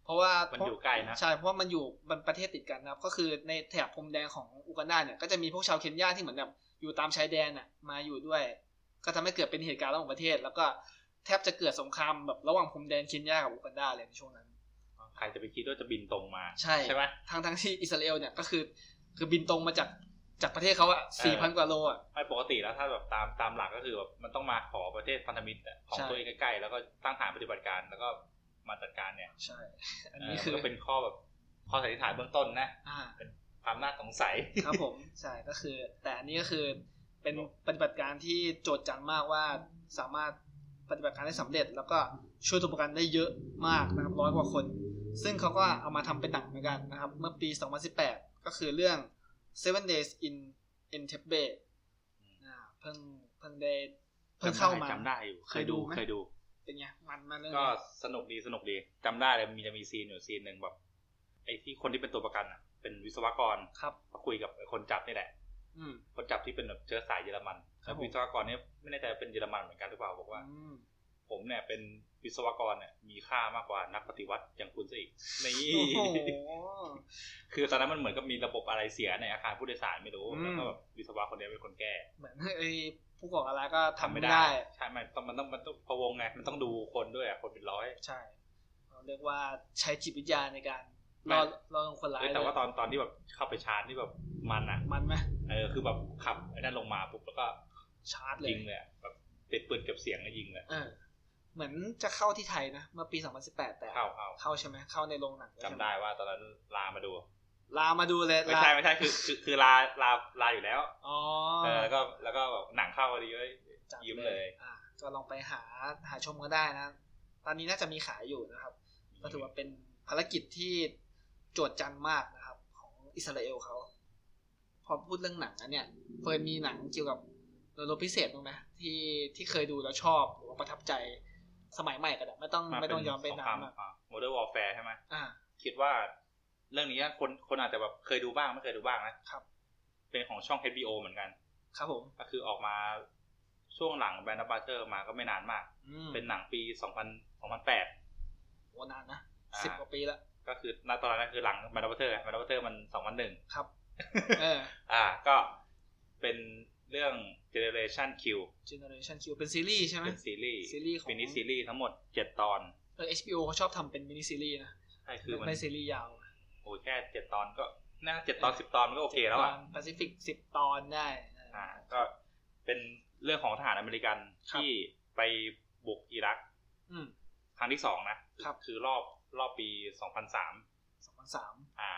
S1: เพราะว่า
S2: มั
S1: มัน
S2: อยู่ใกล้นะ
S1: ใช่เพราะว่ามันอยู่มันประเทศติดกันนะครับ ก็คือในแถบพรมแดงของอูกันดาเนี่ยก็จะมีพวกชาวเคนยาที่เหมือนแบบอยู่ตามชายแดนน่ะมาอยู่ด้วย ก็ทำให้เกิดเป็นเหตุการณ์ระหว่างประเทศ แล้วก็แทบจะเกิดสงครามแบบระหว่างพรมแดนเคนยากับอูกันดาเลยในช่วงนั้น
S2: ใครจะไปคิดว่าจะบินตรงมา
S1: ใช่
S2: ใช่ไหม
S1: ทางทางที่อิสราเอลเนี่ยก็คือ คือบินตรงมาจากจากประเทศเขาอะสี่พันกว่าโลอะ
S2: ไม่ปกติแล้วถ้าแบบตามตามหลักก็คือแบบมันต้องมาขอประเทศพันธมิตรอะของ
S1: ใช่
S2: ตัวเองใกล้ๆแล้วก็ตั้งฐานปฏิบัติการแล้วก็มาจัดการเนี่ย
S1: ใช่ อัน
S2: เออ
S1: นี้คือ
S2: มันก็เป็นข้อแบบข้อสันนิษฐานเบื้องต้นนะ
S1: อ่า
S2: ความน่าสงสัย
S1: ครับผม ใช่ก็คือ แต่อันนี้ก็คือเป็นปฏิบัติการที่โจทย์จังมากว่าสามารถปฏิบัติการได้สำเร็จ แล้วก็ช่วยตัวประกันได้เยอะมากนะครับร้อยกว่าคน ซึ่งเขาก็เอามาทำเป็นหนังเหมือนกันนะครับ เมื่อปี 2018 ก็คือเรื่อง Seven Days in Entebbe อ่าเพิ่งเพิ่งได้เพิ่งเข้ามา
S2: จำได้อยู่
S1: เคยดูไหม
S2: เคยดู
S1: เป็นไงมันมาเรื่อง
S2: ก็
S1: นี้
S2: สนุกดีสนุกดีจำได้เลยมีจะมีซีนอยู่ซีนหนึ่งแบบไอ้ที่คนที่เป็นตัวประกันอ่ะ เป็นวิศวกร
S1: ครับ
S2: มาคุยกับไอ้คนจับนี่แหละ
S1: อืม
S2: คนจับที่เป็นแบบเชื้อสายเยอรมัน
S1: ครับผม
S2: วิศวกรเนี่ยไม่แน่ใจว่าเป็นเยอรมันเหมือนกันหรือเปล่าบอกว่า
S1: อืม
S2: ผมเนี่ยเป็นวิศวกรเนี่ยมีค่ามากกว่านักปฏิวัติอย่างคุณซะอีกนี่
S1: โอ้โห
S2: คือตอนนั้นมันเหมือนกับมีระบบอะไรเสียในอาคารผู้โดยสารไม่รู้
S1: อืม
S2: แล้วก็แบบวิศวะคนเนี้ยเป็นคนแก้
S1: เหมือนไอ้ผู้ก่อการร้ายก็ทำ
S2: ทำ
S1: ไม่
S2: ไม่
S1: ได้
S2: ได้ ใช่มันต้องมันต้องมันต้องพะวงไงมันต้องดูคนด้วยอะคนเป็นร้อย
S1: ใช่เราเรียกว่าใช้จิตวิทยาในการร
S2: ไม่
S1: อรอลวงคนร้าย
S2: เอ้ยแต่ว่าตอนตอนที่แบบเข้าไปชาร์จนี่แบบมันอ่ะ
S1: มันไหม
S2: เออคือแบบขับไอ้นั่นลงมาปุ๊บแล้วก็
S1: ชาร์จเลย
S2: ยิงเลยอะแบบติดปืนเก็บเสียงแล้วยิงเลย
S1: เออ เหมือนจะเข้าที่ไทยนะเมื่อปี 2018 แต่
S2: เข้าเข้า
S1: เข้าใช่ไหมเข้าในโรงหนังด้วยใช่หม
S2: จำได้ว่าตอนนั้นลามาดู
S1: ลามาดูเลย
S2: ไม่
S1: ลา
S2: ใช่ไม่ใช่คือคือคือลาลาลาอยู่แล้ว
S1: อ๋อ
S2: เออแล้วก็แล้วก็แบบหนังเข้าพอดีก็
S1: จัด
S2: ยิ้มเลย
S1: อ่ะก็ลองไปหาหาชมก็ได้นะ ตอนนี้น่าจะมีขายอยู่นะครับ ก็ถือว่าเป็นภารกิจที่โจทย์จันมากนะครับ ของอิสราเอลเขา พอพูดเรื่องหนังอันเนี่ยเฟิร์นมีหนังเกี่ยวกับโดยรถพิเศษบ้างไหมที่ที่เคยดูแล้วชอบหรือว่าประทับใจสมัยใหม่ก็ได้ไม่ต้อง
S2: า
S1: ไม่ต้องย้อนไป
S2: สง
S1: นา
S2: คราน ม
S1: มาก
S2: โมเดิร์นวอลแฟร์ใช่ไหม
S1: อ่า
S2: คิดว่าเรื่องนี้คนคนอาจจะแบบเคยดูบ้างไม่เคยดูบ้างนะครับ เป็นของช่อง HBO เหมือนกัน
S1: ครับผม
S2: ก็คือออกมาช่วงหลังแบนด์บัตเตอร์มาก็ไม่นานมาก
S1: อืม
S2: เป็นหนังปี 2000 2008
S1: โหนานนะ
S2: อ่า
S1: สิบกว่าปีละ
S2: ก็คือณตอนนั้นคือหลังแบนด์บัตเตอร์แบนด์บัตเตอร์มัน 2001
S1: ครับ เออ
S2: อ่าก็เป็นเรื่อง Generation Q
S1: Generation Q เป็นซีรีส์ใช่ไหม
S2: เป็นซีรีส์
S1: ซีรีส์ของ
S2: มินิซีรีส์ทั้งหมด 7 ตอน
S1: เออ HBO เขาชอบทำเป็นมินิซีรีส์นะ
S2: ใช่คือมัน
S1: ไม่ซีรีส์ยาว
S2: โอ้ยแค่เจ็ดตอนก็น่าเจ็ดตอนสิบตอนก็โอเคแล้วอ่ะ
S1: แปซิฟิกสิบตอนได้เอออ
S2: อ่า ก็เป็นเรื่องของทหารอเมริกัน
S1: ครับ
S2: ที่ไปบุกอิรัก
S1: อืม
S2: ครั้งที่สองนะครับ คือรอบรอบปีสองพันสาม
S1: สองพันสาม
S2: อ่า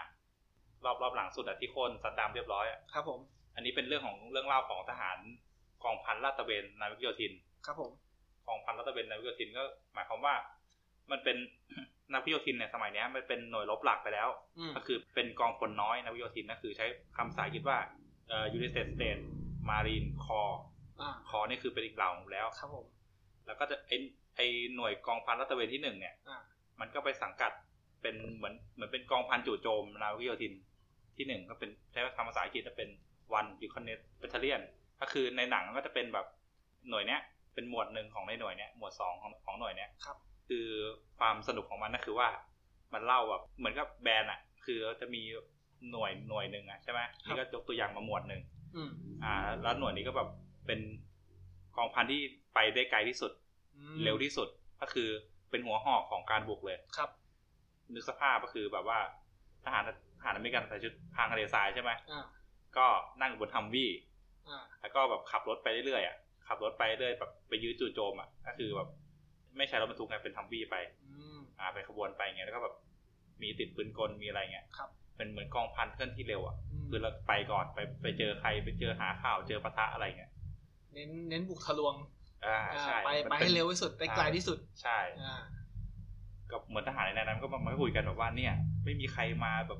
S2: รอบรอบหลังสุดอะที่โค่นซัดดามเรียบร้อยอะ
S1: ครับผม
S2: อันนี้เป็นเรื่องของเรื่องเล่าของทหารกองพันลาดตระเวนนาวิกโยธิน
S1: ครับผม
S2: กองพันรัตเวนนาวิกโยธินก็หมายความว่า มันเป็น นาวิกโยธินเนี่ยสมัยเนี้ยมันเป็นหน่วยรบหลักไปแล้ว
S1: อืม
S2: ก็คือเป็นกองพลน้อยนาวิกโยธินก็คือใช้คำสายคิดว่าเอ่อ United States Marine Corps
S1: อ่า
S2: Corps นี่คือเป็นอีกเหล่าหนึ่งแล้ว
S1: ครับผม
S2: แล้วก็จะไอไอหน่วยกองพันรัตเวนที่หนึ่งเนี่ย
S1: อ่า
S2: มันก็ไปสังกัดเป็นเหมือนเหมือนเป็นกองพันจู่โจมนาวิกโยธินที่หนึ่งก็เป็นใช้คำภาษาอังกฤษจะเป็น one reconnaissance battalion ก็คือในหนังก็จะเป็นแบบหน่วยเนี้ย เป็นหมวดหนึ่งของในหน่วยเนี้ยหมวดสองของของหน่วยเนี้ย
S1: ครับ
S2: คือความสนุกของมันก็คือว่ามันเล่าแบบเหมือนกับแบรนด์อ่ะ คือจะมีหน่วยหน่วยหนึ่งอ่ะใช่ไหมนี่ก็ยกตัวอย่างมาหมวดหนึ่ง
S1: อืม
S2: อ่า แล้วหน่วยนี้ก็แบบเป็นกองพันที่ไปได้ไกลที่สุด
S1: อืม
S2: เร็วที่สุดก็คือเป็นหัวหอกของการบุกเลย
S1: ครับ
S2: นึกสภาพก็คือแบบว่าทหารทหารอเมริกันใส่ชุดพรางทะเลทรายใช่ไหม
S1: อ่า
S2: ก็นั่งอยู่บนทัมวี่
S1: อ่า
S2: แล้วก็แบบขับรถไปเรื่อยๆอ่ะขับรถไปเรื่อยแบบไปยื้อจู่โจมอ่ะก็คือแบบไม่ใช่รถบรรทุกไงเป็นทัมวี่ไป
S1: อืม
S2: อ่าไปขบวนไปเงี้ยแล้วก็แบบมีติดปืนกลมีอะไรเงี้ย
S1: ครับ
S2: เป็นเหมือนกองพันเคลื่อนที่เร็วอ่ะ
S1: ม
S2: คือเราไปก่อนไปไปเจอใครไปเจอหาข่าวเจอปะทะอะไรเงี้ย
S1: เน้น เน้นบุกทะลวง
S2: อ่า
S1: อ่า
S2: ใช่
S1: ไป
S2: มั
S1: ไป
S2: นน
S1: ให้เร็วที่สุด ไปไกลที่สุด
S2: ใช่
S1: อ่า
S2: กับเหมือนทหารในนั้นก็มามาคุยกันแบบว่าเนี่ย ไม่มีใครมาแบบ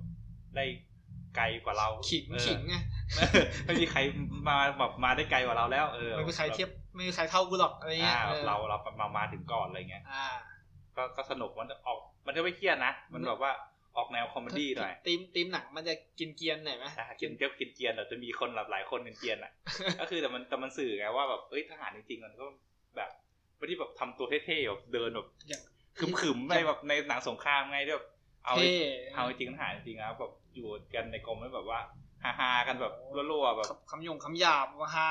S2: ได้ไกลกว่าเรา
S1: ขิง
S2: เออ
S1: ขิงไง
S2: ไม่ ไม่มีใครมาแบบมาได้ไกลกว่าเราแล้วเออ
S1: ไม่มีใครเทียบ ไม่มีใครเท่ากูหรอก อะไรเงี้ย
S2: อ่า
S1: ออ
S2: เราเรามามาถึงก่อนอะไรเงี้ย
S1: อ่า
S2: ก็ก็สนุกมันออก มันก็ไม่เครียดนะ มันแบบว่าออกแนวคอมเมดี้หน่อย
S1: ทีมทีมหนังมันจะกินเกียนๆหน่อยไหม
S2: อ่าเกียนเกียนเกียนเกียนแต่จะมีคนหลายๆคนเกีย นๆอ่ะ ก็คือแต่มันแต่มันสื่อไงว่าแบบเอ้ยทหารจริงๆมันก็แบบไม่ได้แบบทำตัวเท่ๆแบบเดินแบบ
S1: อย่าง
S2: ขรึมๆไปแบบในหนังสงครามไงที่แบบเอาไอ้
S1: เท่
S2: เอาจริงๆทหารจริงๆนะแบบอยู่กันในกรมแล้วแบบว่าฮาๆกันแบบรั่วๆแบบ
S1: คำคำยงคำหยาบว่าฮา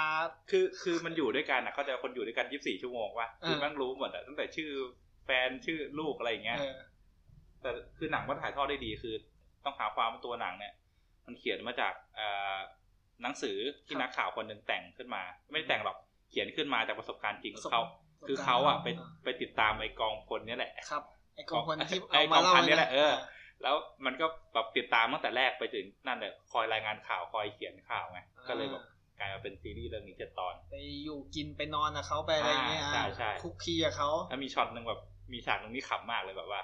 S2: คือคือมันอยู่ด้วยกันนะเขาใจะคนอยู่ด้วยกัน24ชั่วโมงว่าคือ
S1: เออ
S2: มันรู้หมดอะตั้งแต่ชื่อแฟนชื่อลูกอะไรอย่างเงี้ย
S1: เออ
S2: แต่คือหนังมันถ่ายทอดได้ดีคือ ต้องหาความว่าตัวหนังเนี่ย มันเขียนมาจากเอ่อหนังสือ
S1: ค
S2: ที่
S1: รับ
S2: นักข่าวคนหนึ่งแต่งขึ้นมา ไม่ได้แต่งหรอกเขียนขึ้นมาจากประสบการณ์จริง
S1: ป
S2: ข
S1: ระ
S2: อ
S1: สบ
S2: งเขาคือเขาอ่ะไป
S1: อ่า
S2: ไปติดตามไอ้กองพลเนี่ยแหละ
S1: ครับ ไอ้กองคนที่
S2: ไอ้
S1: เอามาก
S2: อง
S1: เล่า
S2: พันเนี่ยแหละ
S1: ไว้
S2: เออ แล้วมันก็แบบติดตามตั้งแต่แรกไปถึงนั่นแหละคอยรายงานข่าวคอยเขียนข่าวไงก็เลยแบบกลายมาเป็นซีรีส์เรื่องนี้เจ็ดตอน
S1: ไปอยู่กินไปนอนกับเขาไปอะไรอย่างเงี้ย
S2: อ่าใช่ใช่
S1: คุกคีกับเขา
S2: แล้วมีช็อตหนึ่งแบบมีฉากหนึ่งที่ขำมากเลยแบบว่า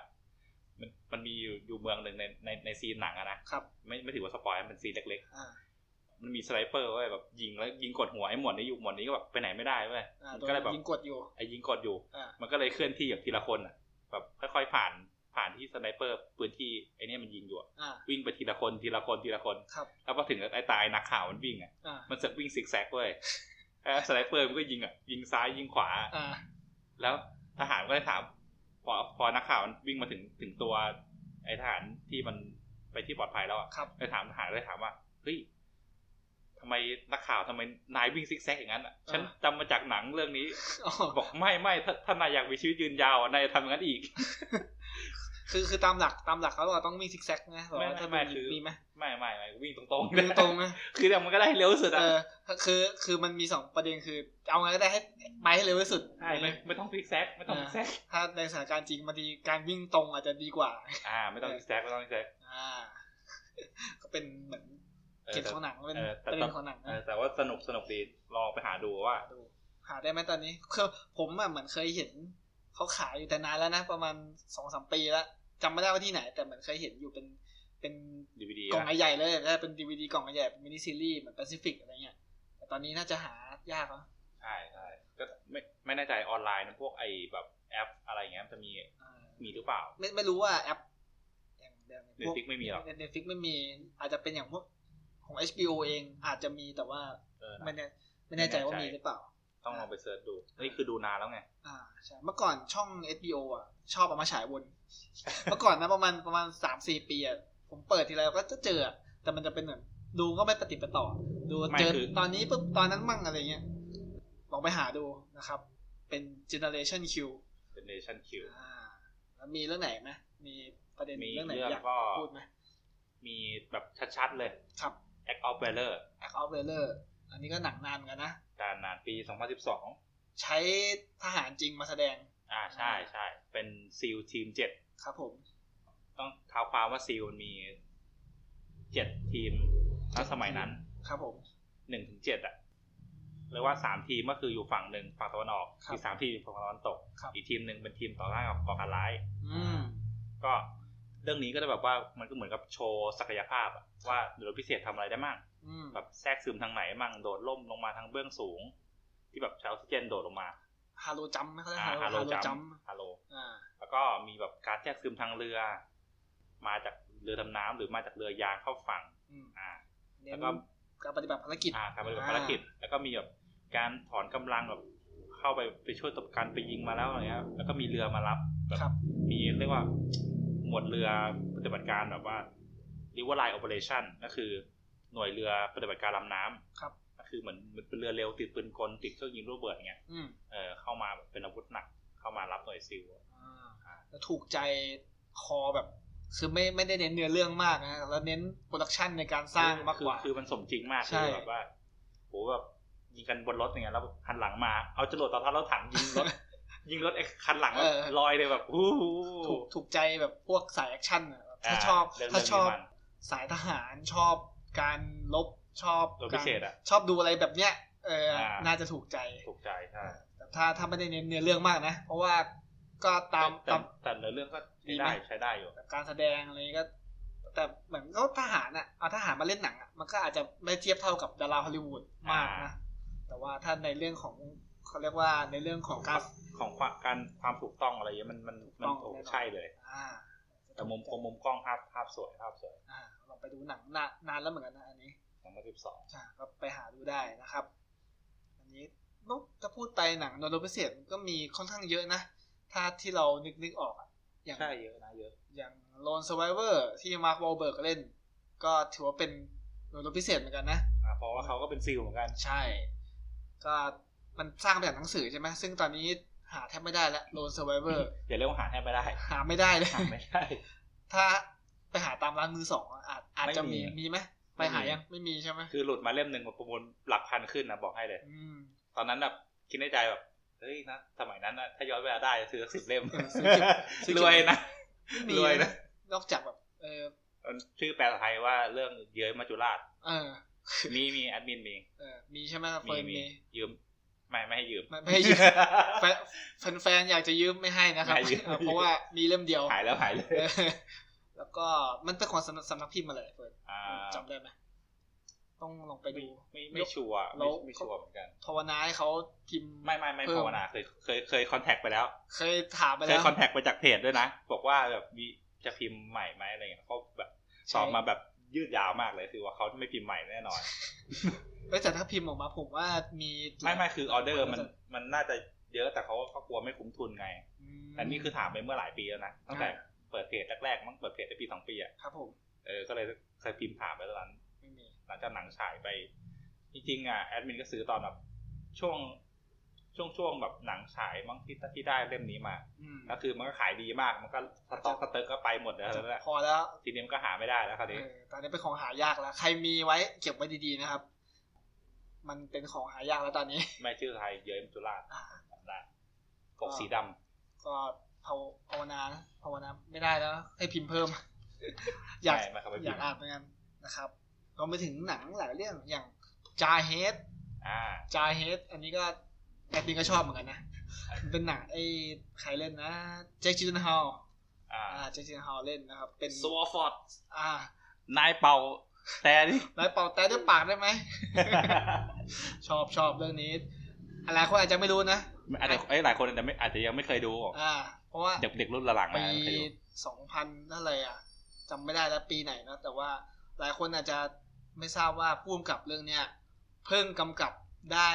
S2: มันมันมีอยู่อยู่เมืองหนึ่งในในในซีนหนังอะนะครับ ไม่ไม่ถือว่าสปอยล์มันเป็นซีนเล็ก
S1: อ่า
S2: ๆ มันมีสไนเปอร์เว้ยแบบยิงแล้วยิงกดหัวไอ้หมวดนี้อยู่หมวดนี้ก็แบบไปไหนไม่ได้เว้ย
S1: อ่า
S2: มัน
S1: ตัว
S2: ก็เลยแบบ
S1: ยิงกดอยู่
S2: ไอ้ยิงกดอยู่
S1: อ่า
S2: มันก็เลยเคลื่อนที่แบบทีละคนอ่ะ แบบค่อยๆผ่านผ่านที่สไนเปอร์ปืนที่ไอ้เนี่ยมันยิงอยู่อะ
S1: อ่า
S2: วิ่งไปทีละคนทีละคนทีละคน
S1: ครับ
S2: แล้วพอถึงไอ้ตายนักข่าวมันวิ่งอ่ะ
S1: อ่า
S2: มันเสอกวิ่งซิกแซกเว้ย แล้วสไนเปอร์มันก็ยิงอ่ะยิงซ้ายยิงขวา
S1: อ่า
S2: แล้วทหารก็เลยถาม พอพอนักข่าวมันวิ่งมาถึงถึงตัวไอ้ทหารที่มันไปที่ปลอดภัยแล้วอ่ะ
S1: ครับ
S2: เลยถามทหารเลยถามว่าเฮ้ยทำไมนักข่าวทำไมนายวิ่งซิกแซกอย่างนั้นอ่ะฉันจำมาจากหนังเรื่องนี้
S1: อ๋อ
S2: บอกไม่ไม่ถ้าถ้านายอยากมีชีวิตยืนยาวอะนายจะทำอย่างนั้นอีก
S1: คือคือตามหลักตามหลักเขาบอกต้องมีซิกแซกนะหรอ
S2: ไม่ไม่
S1: ถ้า
S2: ไม่
S1: มี
S2: คือ
S1: มีไหม
S2: ไม่ไม่ไม่วิ่งตรงๆ
S1: มีตรงนะ
S2: คือแต่มันก็ได้เร็วสุด
S1: เอ
S2: อ่ะ
S1: อคือคือมันมีสองประเด็นคือ เอาไงก็ได้ให้ไปให้เร็วที่สุด
S2: ใช่ไม่ไม่ต้องพลิกแซกไม่ต้องพลิกแซก
S1: ถ้าในสถานการณ์จริงบางทีการวิ่งตรงอาจจะดีกว่า
S2: อ่า ไม่ต้องพลิกแซกไม่ต้องพลิกแซก
S1: อ่า ก็เป็นเหมือน
S2: เออ
S1: เกม
S2: แต่
S1: ของหนังเป็น
S2: เออแต่
S1: ประเด็
S2: ต้อน ง
S1: ของหนัง
S2: เออ
S1: นะ
S2: แต่ว่าสนุกสนุกดีลองไปหาดูว่า
S1: ดูหาได้ไหมตอนนี้คือผมอะเหมือนเคยเห็นเขาขายอยู่แต่นานแล้วนะ ประมาณสองสามปีแล้วจำไม่ได้ว่าที่ไหน แต่เหมือนเคยเห็นอยู่เป็นเป็น
S2: DVD
S1: กล่อง
S2: อะ
S1: ใหญ่ๆเลยแล้วเป็นดีวดีกล่องใหญ่เป็นมินิซีรีส์เหมือนแปซิฟิกอะไรเงี้ยแต่ตอนนี้น่าจะหายากแล้ว
S2: ใช่ใช่ก็ไม่ไม่แน่ใจออนไลน์นะพวกไอแบบแอปอะไรอย่างเงี้ยมันจะมี
S1: อ่า
S2: มีหรือเปล่า
S1: ไม่ไม่รู้ว่าแอปอย่างอย่างพว
S2: Netflix ไม่มีหรอก
S1: เน็ตฟิกไม่มี อาจจะเป็นอย่างพวกของ HBO เองอาจจะมีแต่ว่า
S2: เออ
S1: ไม่
S2: นะ
S1: แน่ไม่แน่ใจว่ามีหรือเปล่า
S2: ต้องลองไปเสิร์ชดูนี่คือดูนานแล้วไง
S1: อ่าใช่เมื่อก่อนช่อง HBO อ่ะ ชอบเอามาฉายวน เมื่อก่อนนะประมาณประมาณสามสี่ปีอ่ะผมเปิดทีไรก็จะเจออะแต่มันจะเป็นเหมือนดูก็ไม่ปฏิดปะต่อ ดู
S2: ไม่
S1: เจอ
S2: คือ
S1: ตอนนี้ปุ๊บตอนนั้นมั่งอะไรเงี้ยลองไปหาดูนะครับ เป็น Generation Q
S2: Generation Q
S1: อ่าแล้วมีเรื่องไหนไหมมีประเด็น
S2: มี
S1: เรื่องไหน
S2: เรื่อง
S1: อยาก
S2: ก็
S1: พูดไหม
S2: มีแบบชัดๆเลย
S1: ครับ
S2: Act of Valor
S1: Act of Valor อันนี้ก็หนังนานเหมือนกันนะ
S2: การนานปี 2012
S1: ใช้ทหารจริงมาแสดง
S2: อ่าใช่ใช่เป็นซีลทีมเจ็ด
S1: ครับผม
S2: ต้องเท้าความว่าซีลมีเจ็ดทีมแล้วสมัยนั้น
S1: ครับผม
S2: หนึ่งถึงเจ็ดอ่ะเรียกว่าสามทีมก็คืออยู่ฝั่งหนึ่งฝั่งตะวันออก
S1: ครับ
S2: อีกสามทีมอยู่ฝั่งตะวันตก
S1: ครับ
S2: อีกทีมหนึ่งเป็นทีมต่อต้านกับก่อการร้าย
S1: อืม
S2: ก็เรื่องนี้ก็จะแบบว่ามันก็เหมือนกับโชว์ศักยภาพอะว่าหน่วยรบพิเศษทำอะไรได้มั่ง
S1: อืม
S2: แบบแทรกซึมทางไหนมั่งโดดล่มลงมาทางเบื้องสูง ที่แบบใช้ออกซิเจนโดดลงมา
S1: ฮาโลจัมป์ไหมเขาเรียก
S2: อ่า
S1: ฮาโลฮา
S2: ฮาโล
S1: โล
S2: จั
S1: จั
S2: ม
S1: มป์
S2: ฮาโล
S1: อ่า
S2: แล้วก็มีแบบการแทรกซึมทางเรือ มาจากเรือดำน้ำหรือมาจากเรือยางเข้าฝั่ง
S1: อืม
S2: อ่า
S1: เน้น
S2: แล้วก็
S1: การปฏิบัติภารกิจ
S2: อ่าการปฏิบัติภารกิจ แล้วก็มีแบบการถอนกำลังแบบเข้าไปไปช่วยตบการไปยิงมาแล้วอะไรเงี้ย แล้วก็มีเรือมารับแบบ
S1: ครับ
S2: มีเรียกว่า หมวดเรือปฏิบัติการแบบว่า river line operation ก็คือหน่วยเรือปฏิบัติการลำน้ำ
S1: ครับ
S2: ก็คือเหมือนมันเป็นเรือเร็วติดปืนกลติดเครื่องยิงลูกระเบิดเงี้ย
S1: อืม
S2: เออเข้ามาแบบเป็นอาวุธหนัก เข้ามารับหน่วยซิล
S1: อ่าแล้วถูกใจคอแบบ คือไม่ไม่ได้เน้นเนื้อเรื่องมากนะแล้วเน้นโปรดักชันในการสร้างมากกว่า
S2: คือคือมันสมจริงมาก
S1: ใช่
S2: คือแบบว่าโหแบบยิงกันบนรถอย่างเงี้ยแล้วหันหลังมา เอาจรวดต่อท้ายรถถังยิง รถ ยิงรถไอ้คันหลังแล้วลอยเลยแบบอู้หู
S1: ถูกถูกใจแบบพวกสายแอคชั่นอะถ้า
S2: อ่า
S1: ชอบ
S2: เรื่อง
S1: ถ้าชอบ
S2: เรื่องนี้มัน
S1: สายทหารชอบการลบชอบ
S2: รถ
S1: กา
S2: พิ
S1: ร
S2: เศษอ่ะ
S1: ชอบดูอะไรแบบเนี้ย เออ
S2: อ่า
S1: น่าจะถูกใจ
S2: ถูกใจใช่
S1: แต่ถ้าถ้าไม่ได้เน้นเนื้อเรื่องมากนะ เพราะว่าก็ตาม
S2: แต่
S1: ตาม
S2: แต่เนื้อเรื่องก็ใช้ได้ใช้ได้อยู่
S1: การแสดงอะไรก็ แต่เหมือนก็ทหารอ่ะ เอาทหารมาเล่นหนังอ่ะ มันก็อาจจะไม่เทียบเท่ากับดาราฮอลลีวูดมาก
S2: อ่า
S1: นะ แต่ว่าถ้าในเรื่องของเขาเรียกว่าในเรื่องของการ
S2: ของความการความถูกต้องอะไรเงี้ยมันมันมัน
S1: ต้อง
S2: โอ้
S1: แน่นอน
S2: ใช่เลย
S1: อ่า
S2: แต่มุมคงมุมกล้องภาพภาพสวยภาพสวย
S1: อ่าลองไปดูหนังนานนานแล้วเหมือนกันนะอันนี้
S2: สองพันสิบสอง
S1: อ่ะก็ไปหาดูได้นะครับ อันนี้นกจะพูดไปหนังโนโลพิเศษมันก็มีค่อนข้างเยอะนะ ถ้าที่เรานึกนึกออกอะอย่าง
S2: ใช่เยอะนะเยอะ
S1: อย่างโลนสไ s เวอร์ที่มาร์ควอลเบิร์กเล่น ก็ถือว่าเป็นโนโลพิเศษเหมือนกันนะ
S2: อ่ะเพราะว่าเขาก็เป็นซีลเหมือนกัน
S1: ใช่ ก็มันสร้างมาจากหนังสือใช่ไหมซึ่งตอนนี้หาแทบไม่ได้แล้วโลนสไ s เวอ ร์
S2: เดี๋ยวเรียกว่าหาแทบไม่ได้
S1: หาไม่ได้เลย
S2: หาไม่ได้
S1: ถ้าไปหาตามร้านมือสองอะอาจอาจจะมี
S2: ไม่มี
S1: มีไหมไปหายังไม่มีใช่ไหม
S2: คือหลุดมาเล่มหนึ่งประมูลหลักพันขึ้นนะบอกให้เลย
S1: อืม
S2: ตอนนั้นแบบคิดในใจแบบเฮ้ยนะสมัยนั้นนะถ้าย้อนเวลาได้ซื้อสิบเล่ม
S1: เออซื้อเก็บซื้อเก็บ
S2: รวยนะ
S1: ไม่มี
S2: รวยนะ
S1: นอกจากแบบเออ
S2: มันชื่อแปลไทยว่าเรื่องเย้ยมัจจุ ราช
S1: เออ
S2: มีมีแอดมินมี
S1: เออมีใช่ไหมเฟิ
S2: มี
S1: ร์น
S2: มี
S1: มี
S2: ยืมไม่ไม่ให้ยืม
S1: ไม่ไม่ให้ ยืมแฟนแฟนๆอยากจะยืมไม่ให้นะครับ
S2: ไม่ให้ยืม
S1: เออเพราะว่ามีเล่มเดียว
S2: หายแล้วหายเล
S1: เอย อแล้วก็มันเป็นของสำนักสำนักพิมพ์มาเลยเฟิร์น
S2: อ่า
S1: จำได้ไหม ต้องลองไปดู
S2: ไม่ไม่ชัวร์
S1: แล้
S2: ไม่
S1: ว
S2: ไม่ชัวร์เหมือนกัน
S1: ภาวนาให้เขาพิมพ์
S2: ไม่ไม่ไม่
S1: เพิ่ม
S2: ภาวนาเคยเคยเคยคอนแทคไปแล้ว
S1: เคยถามไป
S2: เค
S1: แล้
S2: ยว คอนแทคไปจากเพจด้วยนะ บอกว่าแบบมีจะพิมพ์ใหม่ไหมอะไรเงี้ยเขาแบบสอบมาแบบยืดยาวมากเลยคือว่าเขาไม่พิมพ์ใหม่แน่นอน
S1: เอ้ยแต่ถ้าพิมพ์ออกมาผมว่ามี
S2: ไม่ไม่คือออเดอร์มันมันน่าจะเยอะแต่เขาเขากลัวไม่คุ้มทุนไง
S1: ม
S2: แต่นี่คือถามไปเมื่อหลายปีแล้วนะตั้งแต่
S1: อ่า
S2: เปิดเพจแรกๆมั้งเปิดเพจได้ปีสองปีอ่ะ
S1: ครับผม
S2: เออก็เลยเคยพิมพ์ถามไปตอนนั้น
S1: ไม่มี
S2: หลังจากหนังฉายไป จริงๆอ่ะแอดมินก็ซื้อตอนแบบช่วงช่วงช่วงแบบหนังฉายมั้งที่ที่ได้เล่มนี้มา
S1: อืม
S2: ก็คือมันก็ขายดีมากมันก็สต็อกสเต็กก็ไปหมดแล้วนั่นแหละ
S1: พอแล้ว
S2: ทีนี้มันก็หาไม่ได้แล้วคราว
S1: เอ
S2: นี้
S1: อตอนนี้เป็นของหายากแล้ว ใครมีไว้เก็บไว้ดีๆนะครับ มันเป็นของหายากแล้วตอนนี้
S2: แม่ชื่อไทยเยิ้มจุฬา
S1: อ่า
S2: จำได้ปกสีดำ
S1: ก็ภาวภาวนานะภาวนาไม่ได้แล้วให้พิมพ์เพิ่ม อยาก
S2: ไม่ไม่ครับไม่
S1: อ
S2: พิ
S1: ยาม ก
S2: พ์
S1: อ่านเหมือนกันนะครับรวมไปถึงหนังหลายเรื่องอย่างจาเฮด
S2: อ่า
S1: จาเฮดอันนี้ก็แอดมินก็ชอบเหมือนกันนะมันเป็นหนังไอ้ใครเล่นนะเจคจิลนฮอล
S2: อ่า
S1: อ่าเจคจิลนฮอลเล่นนะครับ เป็น
S2: ซัวฟอร์ด
S1: อ่าน
S2: ายเป่าแต่ นี่
S1: แล้วเป่าแต้ด้วยปากได้ไหม ชอบชอบเรื่องนี้อะไรคนอาจจะไม่รู้นะ
S2: อาจจะเอ้ยหลายคนอาจจะไม่อาจจะยังไม่เคยดู
S1: อ่า เพราะว่า
S2: เด็กเด็กรุ่นหลังๆ
S1: ปี
S2: มาไม่เคยดู
S1: สองพันนั่นเลยอ่ะจำไม่ได้แล้วปีไหนนะแต่ว่าหลายคนอาจจะไม่ทราบว่าผู้กำกับเรื่องเนี้ยเพิ่งกำกับได้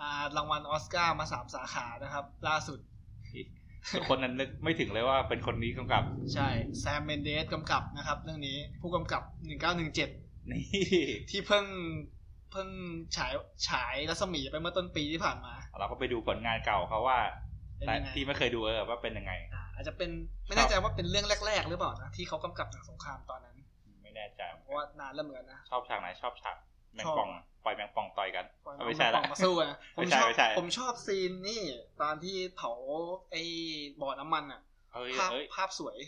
S1: อ่ารางวัลออสการ์มาสามสาขานะครับ ล่าสุด
S2: ทุกคนนั้นนึกไม่ถึงเลยว่าเป็นคนนี้กำกับ
S1: ใช่แซมเมนเดสกำกับนะครับ เรื่องนี้ผู้กำกับ 1917
S2: นี่
S1: ที่เพิ่งเพิ่งฉายฉายรัศมีไปเมื่อต้นปีที่ผ่านมา
S2: เราก็ไปดูผลงานเก่าเขาว่า
S1: เป็น
S2: แต่
S1: ยังไง
S2: ที่ไม่เคยดูเออว่าเป็นยังไง
S1: อ่าอาจจะเป็นไม่แน่ใจว่าเป็นเรื่องแรก ๆ หรือเปล่านะที่เขากำกับหนังสงครามตอนนั้น
S2: ไม่แน่ใจ
S1: เพราะว่านานแล้วเหมือนกันนะ
S2: ชอบฉากไหนชอบฉากแมง
S1: ชอบ
S2: ป่องปล่อยแมงป่องต่อยกัน
S1: ปล่อย
S2: เอาไม่ใช่ละ
S1: น้ำมันออกมาสู้อะผ
S2: ไม่
S1: ม
S2: ใช่
S1: ชอบ
S2: ไม่ใช่
S1: ผมชอบซีนนี่ตอนที่เผาไอ้บ่อน้ำมันอ่ะ
S2: เฮ้ย
S1: ภาพ
S2: เอ้ย
S1: ภาพสวย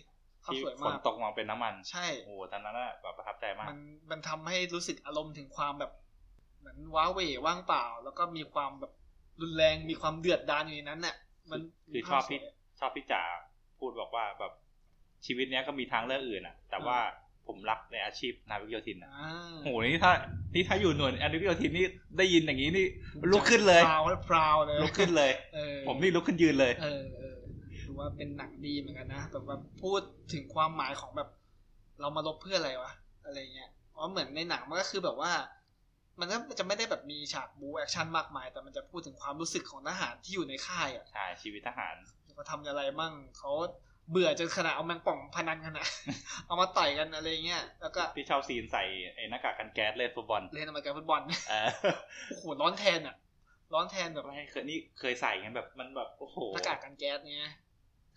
S1: ภาพ
S2: ที่
S1: สวย
S2: ฝ
S1: มาน ก
S2: ตกมาเป็นน้ำมัน
S1: ใช่
S2: โอ้โหตอนนั้นน่ะแบบประทับใจมาก
S1: มันมันทำให้รู้สึกอารมณ์ถึงความแบบ เหมือนว้าเหวว่างเปล่า แล้วก็มีความแบบรุนแรงมีความเดือดดาลอยู่ในนั้นน่ะ มัน
S2: คือชอบ
S1: ภาพสวย
S2: พี่ชอบพี่จ๋าพูดบอกว่าแบบชีวิตเนี้ยก็มีทางเลือกอื่นอ่ะ แต่
S1: อ่า
S2: ว่าผมรักในอาชีพนาวิกโยธินอ่ะ
S1: อ่า
S2: โอ้โหนี่ถ้านี่ถ้าอยู่หน่วยนาวิกโยธินนี่ได้ยินอย่างนี้นี่ ลุกขึ้นเลย
S1: พราวพราวเลย
S2: ลุกขึ้นเลย
S1: เออ
S2: ผมนี่ลุกขึ้นยืนเลย
S1: เออเออดูว่าเป็นหนังดีเหมือนกันนะแบบว่าพูดถึงความหมายของแบบ เรามาลบเพื่ออะไรวะอะไรเงี้ยอ๋อเหมือนในหนังมันก็คือแบบว่า มันก็จะไม่ได้แบบมีฉากบูแอคชั่นมากมาย แต่มันจะพูดถึงความรู้สึกของทหารที่อยู่ในค่ายอ่ะ
S2: ใช่ชีวิตทหาร
S1: เขาทำอะไรมั่งเขาเบื่อจนขนาดเอาแมงป่องพนันกันนะ เอามาต่อยกันอะไรเงี้ยแล้วก็
S2: พี่ชอบซีนใส่ไอ้หน้ากากกันแก๊สเล่นฟุตบอล
S1: เล่นอเมริกันฟุตบอล
S2: เออ
S1: โอ้โหร้อนแทนอ่ะ ร้อนแทนแบบ
S2: ไม่เคยนี่เคยใส่ไงแบบมันแบบโอ้โห
S1: หน้ากากกันแก๊สเนี้ย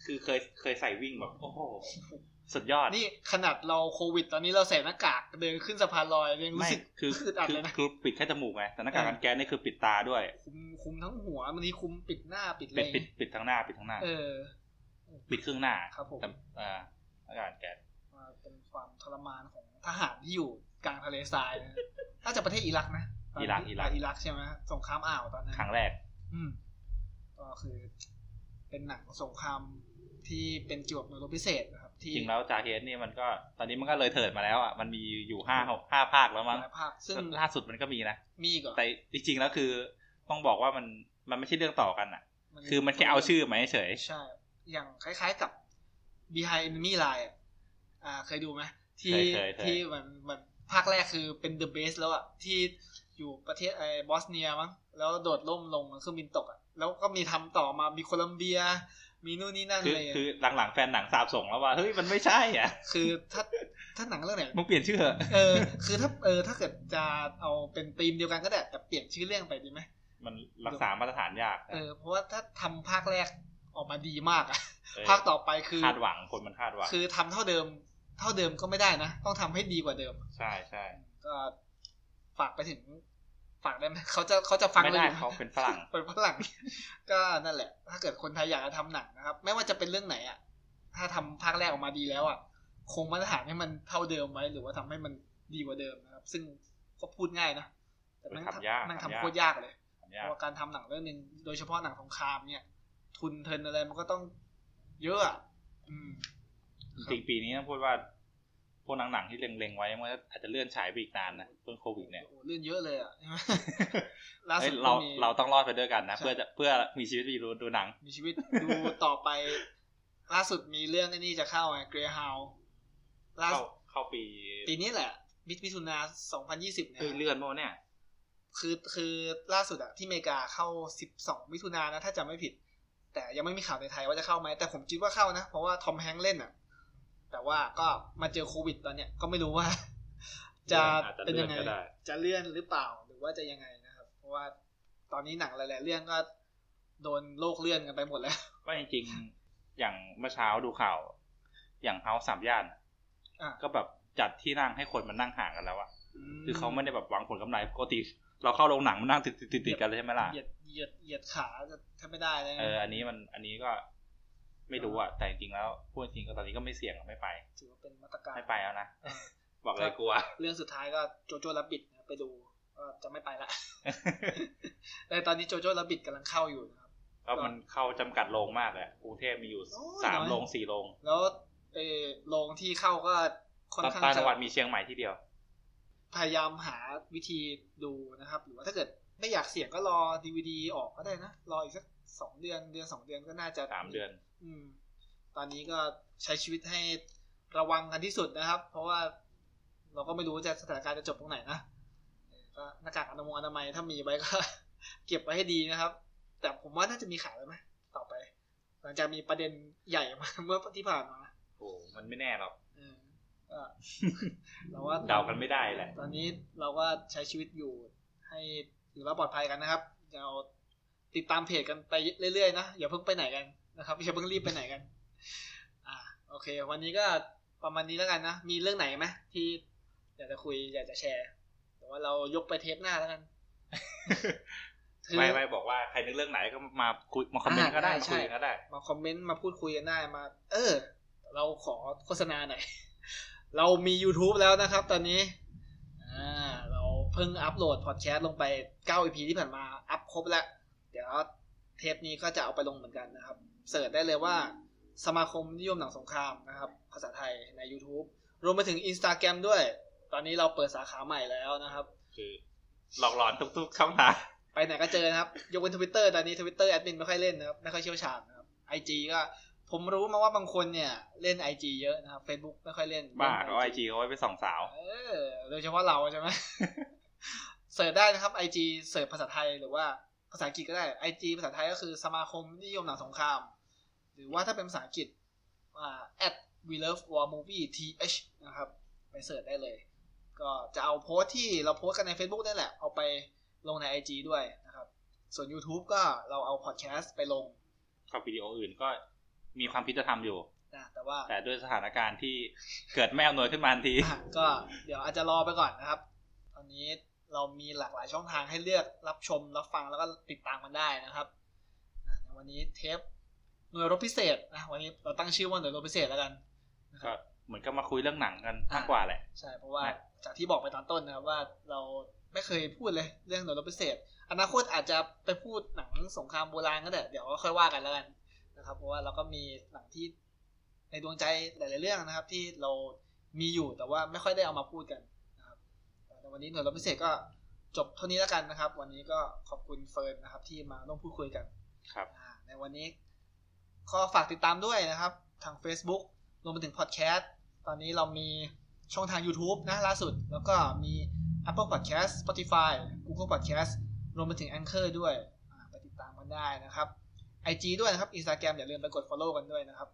S2: คือเคยเคยใส่วิ่งแบบโอ้โหสุดยอด
S1: นี่ขนาดเราโควิด ตอนนี้เราใส่หน้ากากเดินขึ้นสะพานลอยยังรู้
S2: ไม่
S1: สึก
S2: คือ
S1: อึดอัด
S2: คือ
S1: เลยนะ
S2: คือปิดแค่จมูกไงแต่หน้ากากกันแก๊สนี่คือปิดตาด้วย
S1: คุมคุมทั้งหัวมันนี้คุมปิดหน้าปิดอะไร
S2: ปิดปิดปิดทั้งหน้าปิดทั้งหน้า
S1: เออ
S2: ปิดครึ่งหน้า
S1: ครับผม
S2: แต่อ่าอากาศแก๊ส
S1: มาเป็นความทรมานของทหารที่อยู่กลางทะเลทรายนะ น่าจะประเทศอิรักนะตน
S2: อิ
S1: ที่
S2: รักอิรัก
S1: อิรักใช่ไหมสงครามอ่าวตอนนั้น
S2: ครั้งแรก
S1: อืมก็คือ เป็นหนังสงครามที่เป็นเกี่ยวกับหน่วยรบพิเศษนะครับ ที่
S2: จริงแล้วจาเฮดนี่มันก็ ตอนนี้มันก็เลยเถิดมาแล้วอ่ะมันมีอยู่ห้าหกห้าภาคแล้วมั้ง
S1: หลายภาคซึ่ง
S2: ล่าสุดมันก็มีนะ
S1: มีอีก่อน
S2: แต่จริงๆแล้วคือต้องบอกว่ามันมันไม่ใช่เรื่องต่อกันอ่ะ คือมันแค่เอาชื่อมาเฉย
S1: ใช่ อย่างคล้ายๆกับ Behind Enemy Line อะอ่า เคยดูไหมที่ที่มันมันภาคแรกคือเป็น The Base แล้วอะที่อยู่ประเทศไอ้บอสเนียมั้งแล้วโดดล่มลงเครื่องบินตกอะแล้วก็มีทำต่อมามีโคลัมเบีย มีนู่นนี่นั่น
S2: คือ
S1: เลยอะ
S2: คือหลังๆแฟนหนังสาบส่งแล้วว่าเฮ้ยมันไม่ใช่อ่ะ
S1: คือถ้าถ้าหนังเรื่องไหน
S2: มึงเปลี่ยนชื่อเถอะ
S1: เออคือถ้าเออถ้าเกิดจะเอาเป็นธีมเดียวกันก็ได้แต่เปลี่ยนชื่อเรื่องไปดีไหม
S2: มันรักษามาตรฐานยาก
S1: เออเพราะว่าถ้าทำภาคแรกออกมาดีมากอะ
S2: เออ
S1: ภาคต่อไปคือ
S2: คาดหวังคนมันคาดหวัง
S1: คือทำเท่าเดิม เท่าเดิมก็ไม่ได้นะ ต้องทำให้ดีกว่าเดิม
S2: ใช่ใช่
S1: ก็ฝากไปถึง ฝากได้ไหมเขาจะเขาจะฟัง
S2: ไม่ได้
S1: รอยู่
S2: เขาเป็นฝรั่ง
S1: เป็นฝรั่ง ก็นั่นแหละ ถ้าเกิดคนไทยอยากจะทำหนังนะครับ ไม่ว่าจะเป็นเรื่องไหนอ่ะ ถ้าทำภาคแรกออกมาดีแล้วอ่ะ คงมาตรฐานให้มันเท่าเดิมไว้ หรือว่าทำให้มันดีกว่าเดิมนะครับ ซึ่งก็พูดง่ายนะ แต่มัน
S2: ทำยาก
S1: มัน
S2: ทำยาก
S1: ทำโคตรยากเลย เพ
S2: ยาก
S1: ราะว่าการทำหนังเรื่องหนึ่งโดยเฉพาะหนังสงครามเนี่ย ทุนเทินอะไรมันก็ต้องเยอะอะอืม
S2: จริงๆปีนี้ต้องพูดว่า พวกหนังๆที่เล็งๆไว้มันก็อาจจะเลื่อนฉายไปอีกนานนะเพื่อโควิดเนี่ย
S1: โอ้โหเลื่อนเยอะ เลยอ่ะใช่ไหมล่า
S2: เอ้
S1: สุ
S2: ย
S1: ด
S2: เรา
S1: ก็มี
S2: เราต้องรอดไปด้วยกันนะ
S1: ใช่
S2: เพื่อจะเพื่อมีชีวิตไปดูดูหนัง
S1: มีชีวิตดูต่อไป ล่าสุดมีเรื่องไอ้นี่จะเข้าไงเกรฮาวล่า
S2: เข้า
S1: สุด
S2: เข้าปี
S1: ปีนี้แหละมิมิถุนาสองพันยี่สิบเนี่ย
S2: เอ้ยเลื่อนเมื่อเนี่ย
S1: คือคือล่าสุดอะที่อเมริกาเข้า 12 มิถุนายนนะถ้าจำไม่ผิด แต่ยังไม่มีข่าวในไทยว่าจะเข้าไหมแต่ผมคิดว่าเข้านะ เพราะว่าทอมแฮงค์เล่นอะแต่ว่าก็มาเจอโควิดตอนเนี้ยก็ไม่รู้ ว่า จะ
S2: อาจจะ
S1: เป็นยังไง
S2: เลื่อนก็ได้
S1: จะเลื่อนหรือเปล่าหรือว่าจะยังไงนะครับ เพราะว่าตอนนี้หนังหลายๆเรื่องก็โดนโลกเลื่อนกันไปหมดแล้ว
S2: ว่าจริงๆ อย่างเมื่อเช้าดูข่าว อย่างเฮาสามย่านอะ
S1: อ่ะ
S2: ก็แบบจัดที่นั่งให้คนมานั่งห่างกันแล้วอะ คือเขาไม่ได้แบบหวังผลกำไรปกติเราเข้าโรงหนังมันนั่งติดติดติดติดกันเลยใช่ไหมล่ะ
S1: เหยียดเหยียดเหยียดขาจะแทบไม่ได้เลย
S2: เอออันนี้มันอันนี้ก็ไม่รู้อะแต่จริงๆแล้วพูดจริงก็ตอนนี้ก็ไม่เสี่ยงหรอกไม่ไป
S1: ถือว่าเป็นมาตรการ
S2: ไม่ไปแล้วนะ
S1: เออ
S2: บอกเลยกลัว
S1: เรื่องสุดท้ายก็โจโจ้ลับบิดนะไปดูก็จะไม่ไปละ แต่ตอนนี้โจโจ้ลับบิดกำลังเข้าอยู่นะครับ
S2: ก็มันเข้าจำกัดโรงมากเลยอะกรุงเทพมีอยู่
S1: โอ้ย
S2: สาม
S1: น้อย
S2: โรงสี่โรง
S1: แล้วเออโรงที่เข้าก็ค่อนข้าง
S2: ต่างจั
S1: จะ
S2: งหวัดมีเชียงใหม่ที่เดียว
S1: พยายามหาวิธีดูนะครับ หรือว่าถ้าเกิดไม่อยากเสี่ยงก็รอดีวดีออกก็ได้นะ รออีกสักสองเดือนเดือนสองเดือนก็น่าจะ
S2: สามเดือน
S1: อืม ตอนนี้ก็ใช้ชีวิตให้ระวังกันที่สุดนะครับ เพราะว่าเราก็ไม่รู้จะสถานการณ์จะจบตรงไหนนะเออก็หน้ากากอนามัยอนามัยถ้ามีไว้ก็ เก็บไว้ให้ดีนะครับ แต่ผมว่าน่าจะมีขายแล้วไหมต่อไป หลังจากมีประเด็นใหญ่มา เมื่อที่ผ่านมา
S2: โอ้มันไม่แน่หรอก
S1: เออก็ เราว่า
S2: เดากันไม่ได้แหละ
S1: ตอนนี้เราก็ใช้ชีวิตอยู่ให้ถือว่าปลอดภัยกันนะครับเราติดตามเพจกันไปเรื่อยๆนะอย่าเพิ่งไปไหนกันนะครับอย่าเพิ่งรีบไปไหนกัน อ่า โอเค วันนี้ก็ประมาณนี้แล้วกันนะมีเรื่องไหนไหมที่อยากจะคุยอยากจะแชร์แต่ว่าเรายกไปเทปหน้าแล้วกัน คือ
S2: ไม่ไม่บอกว่าใครนึกเรื่องไหนก็มาคุยมาคอมเมนต์ก็ได้
S1: อ่าใช่
S2: คุยก็ได้
S1: มาคอมเมนต์มาพูดคุยกันได้มา เออ เราขอโฆษณาหน่อย เรามี YouTube แล้วนะครับตอนนี้ อ่า เราเพิ่งอัปโหลดพอดแคสต์ลงไป 9 EP ที่ผ่านมา อัพครบแล้ว เดี๋ยวเทปนี้ก็จะเอาไปลงเหมือนกันนะครับ เสิร์ชได้เลยว่าสมาคมนิยมหนังสงครามนะครับ ภาษาไทยใน YouTube รวมไปถึง Instagram ด้วย ตอนนี้เราเปิดสาขาใหม่แล้วนะครับ
S2: คือหลอกหลอนทุกๆช่องทาง
S1: ไปไหนก็เจอนะครับ ยกเว้นทวิตเตอร์ตอนนี้ทวิตเตอร์แอดมินไม่ค่อยเล่นนะครับ ไม่ค่อยเชี่ยวชาญนะครับไอจีก็ ผมรู้มาว่าบางคนเนี่ย เล่นไอจีเยอะนะครับ Facebook ไม่ค่อยเล่น
S2: บ้า
S1: เล่น
S2: ก็ไอจีเขาไว้ไปส่องสาว
S1: เออโดยเฉพาะเราใช่ไหม เสิร์ชได้นะครับไอจีเสิร์ชภาษาไทยหรือว่าภาษาอังกฤษก็ได้ไอจีภาษาไทยก็คือสมาคมนิยมหนังสงคราม หรือว่าถ้าเป็นภาษาอังกฤษอ่า at we love war movie th นะครับ ไปเสิร์ชได้เลย ก็จะเอาโพสต์ที่เราโพสต์กันใน Facebook นั่นแหละ เอาไปลงใน IG ด้วยนะครับ ส่วน YouTube ก็เราเอาพอดแคสต์ไปลง
S2: กับวิดีโออื่นก็มีความคิดจะทำอยู่
S1: นะแต่ว่า
S2: แต่ด้วยสถานการณ์ที่เกิดไม่อำนวยขึ้นมาทันที
S1: อ่ะก็เดี๋ยวอาจจะรอไปก่อนนะครับ ตอนนี้เรามีหลากหลายช่องทางให้เลือกรับชม รับฟังแล้วก็ติดตามมันได้นะครับอ่ะในวันนี้เทปหน่วยรบพิเศษนะวันนี้เราตั้งชื่อว่าหน่วยรบพิเศษแล้วกันนะค
S2: ก็
S1: รับ
S2: เหมือนก็มาคุยเรื่องหนังกัน
S1: อ่ะ
S2: มากกว่าแหละ
S1: ใช่เพราะว่า
S2: นะ
S1: จากที่บอกไปตอนต้นนะครับว่าเราไม่เคยพูดเลยเรื่องหน่วยรบพิเศษ อนาคตอาจจะไปพูดหนังสงครามโบราณก็ได้เดี๋ยวค่อยว่ากันแล้วกันนะครับ เพราะว่าเราก็มีหนังที่ในดวงใจหลาย ๆ เรื่องนะครับ ที่เรามีอยู่แต่ว่าไม่ค่อยได้เอามาพูดกันนะครับแต่วันนี้หน่วยรบพิเศษก็จบเท่านี้แล้วกันนะครับ วันนี้ก็ขอบคุณเฟิร์นนะครับ ที่มาร่วมพูดคุยกัน
S2: ครับ
S1: อ่าในวันนี้ก็ฝากติดตามด้วยนะครับ ทาง Facebook รวมไปถึงพอดแคสต์ตอนนี้เรามีช่องทาง YouTube นะล่าสุด แล้วก็มี Apple Podcast Spotify Google Podcast รวมไปถึง Anchor ด้วยอ่าไปติดตามกันได้นะครับ IG ด้วยนะครับ Instagram อย่าลืมไปกด Follow กันด้วยนะครับ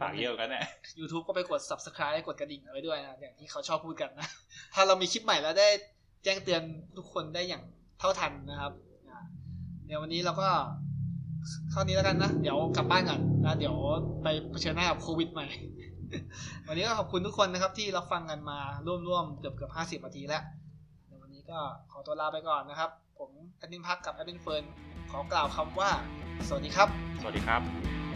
S2: ฝากเยอะกันเนี่ย
S1: YouTube ก็ไปกด Subscribe กดกระดิ่งเอาไว้ด้วยนะอย่างที่เขาชอบพูดกันนะ ถ้าเรามีคลิปใหม่แล้วได้แจ้งเตือนทุกคนได้อย่างเท่าทันนะครับอ่าเดี๋ยววันนี้เราก็เท่านี้แล้วกันนะ เดี๋ยวกลับบ้านก่อนแล้วเดี๋ยวไปเผชิญหน้ากับโควิดใหม่ วันนี้ก็ขอบคุณทุกคนนะครับ ที่รับฟังกันมาร่วมๆเกือบเกือบห้าสิบนาทีแล้วเดี๋ยววันนี้ก็ขอตัวลาไปก่อนนะครับ ผมแอดมินพักกับแอดมินเฟิร์นขอกล่าวคำว่า สวัสดีครับ
S2: สวัสดีครับ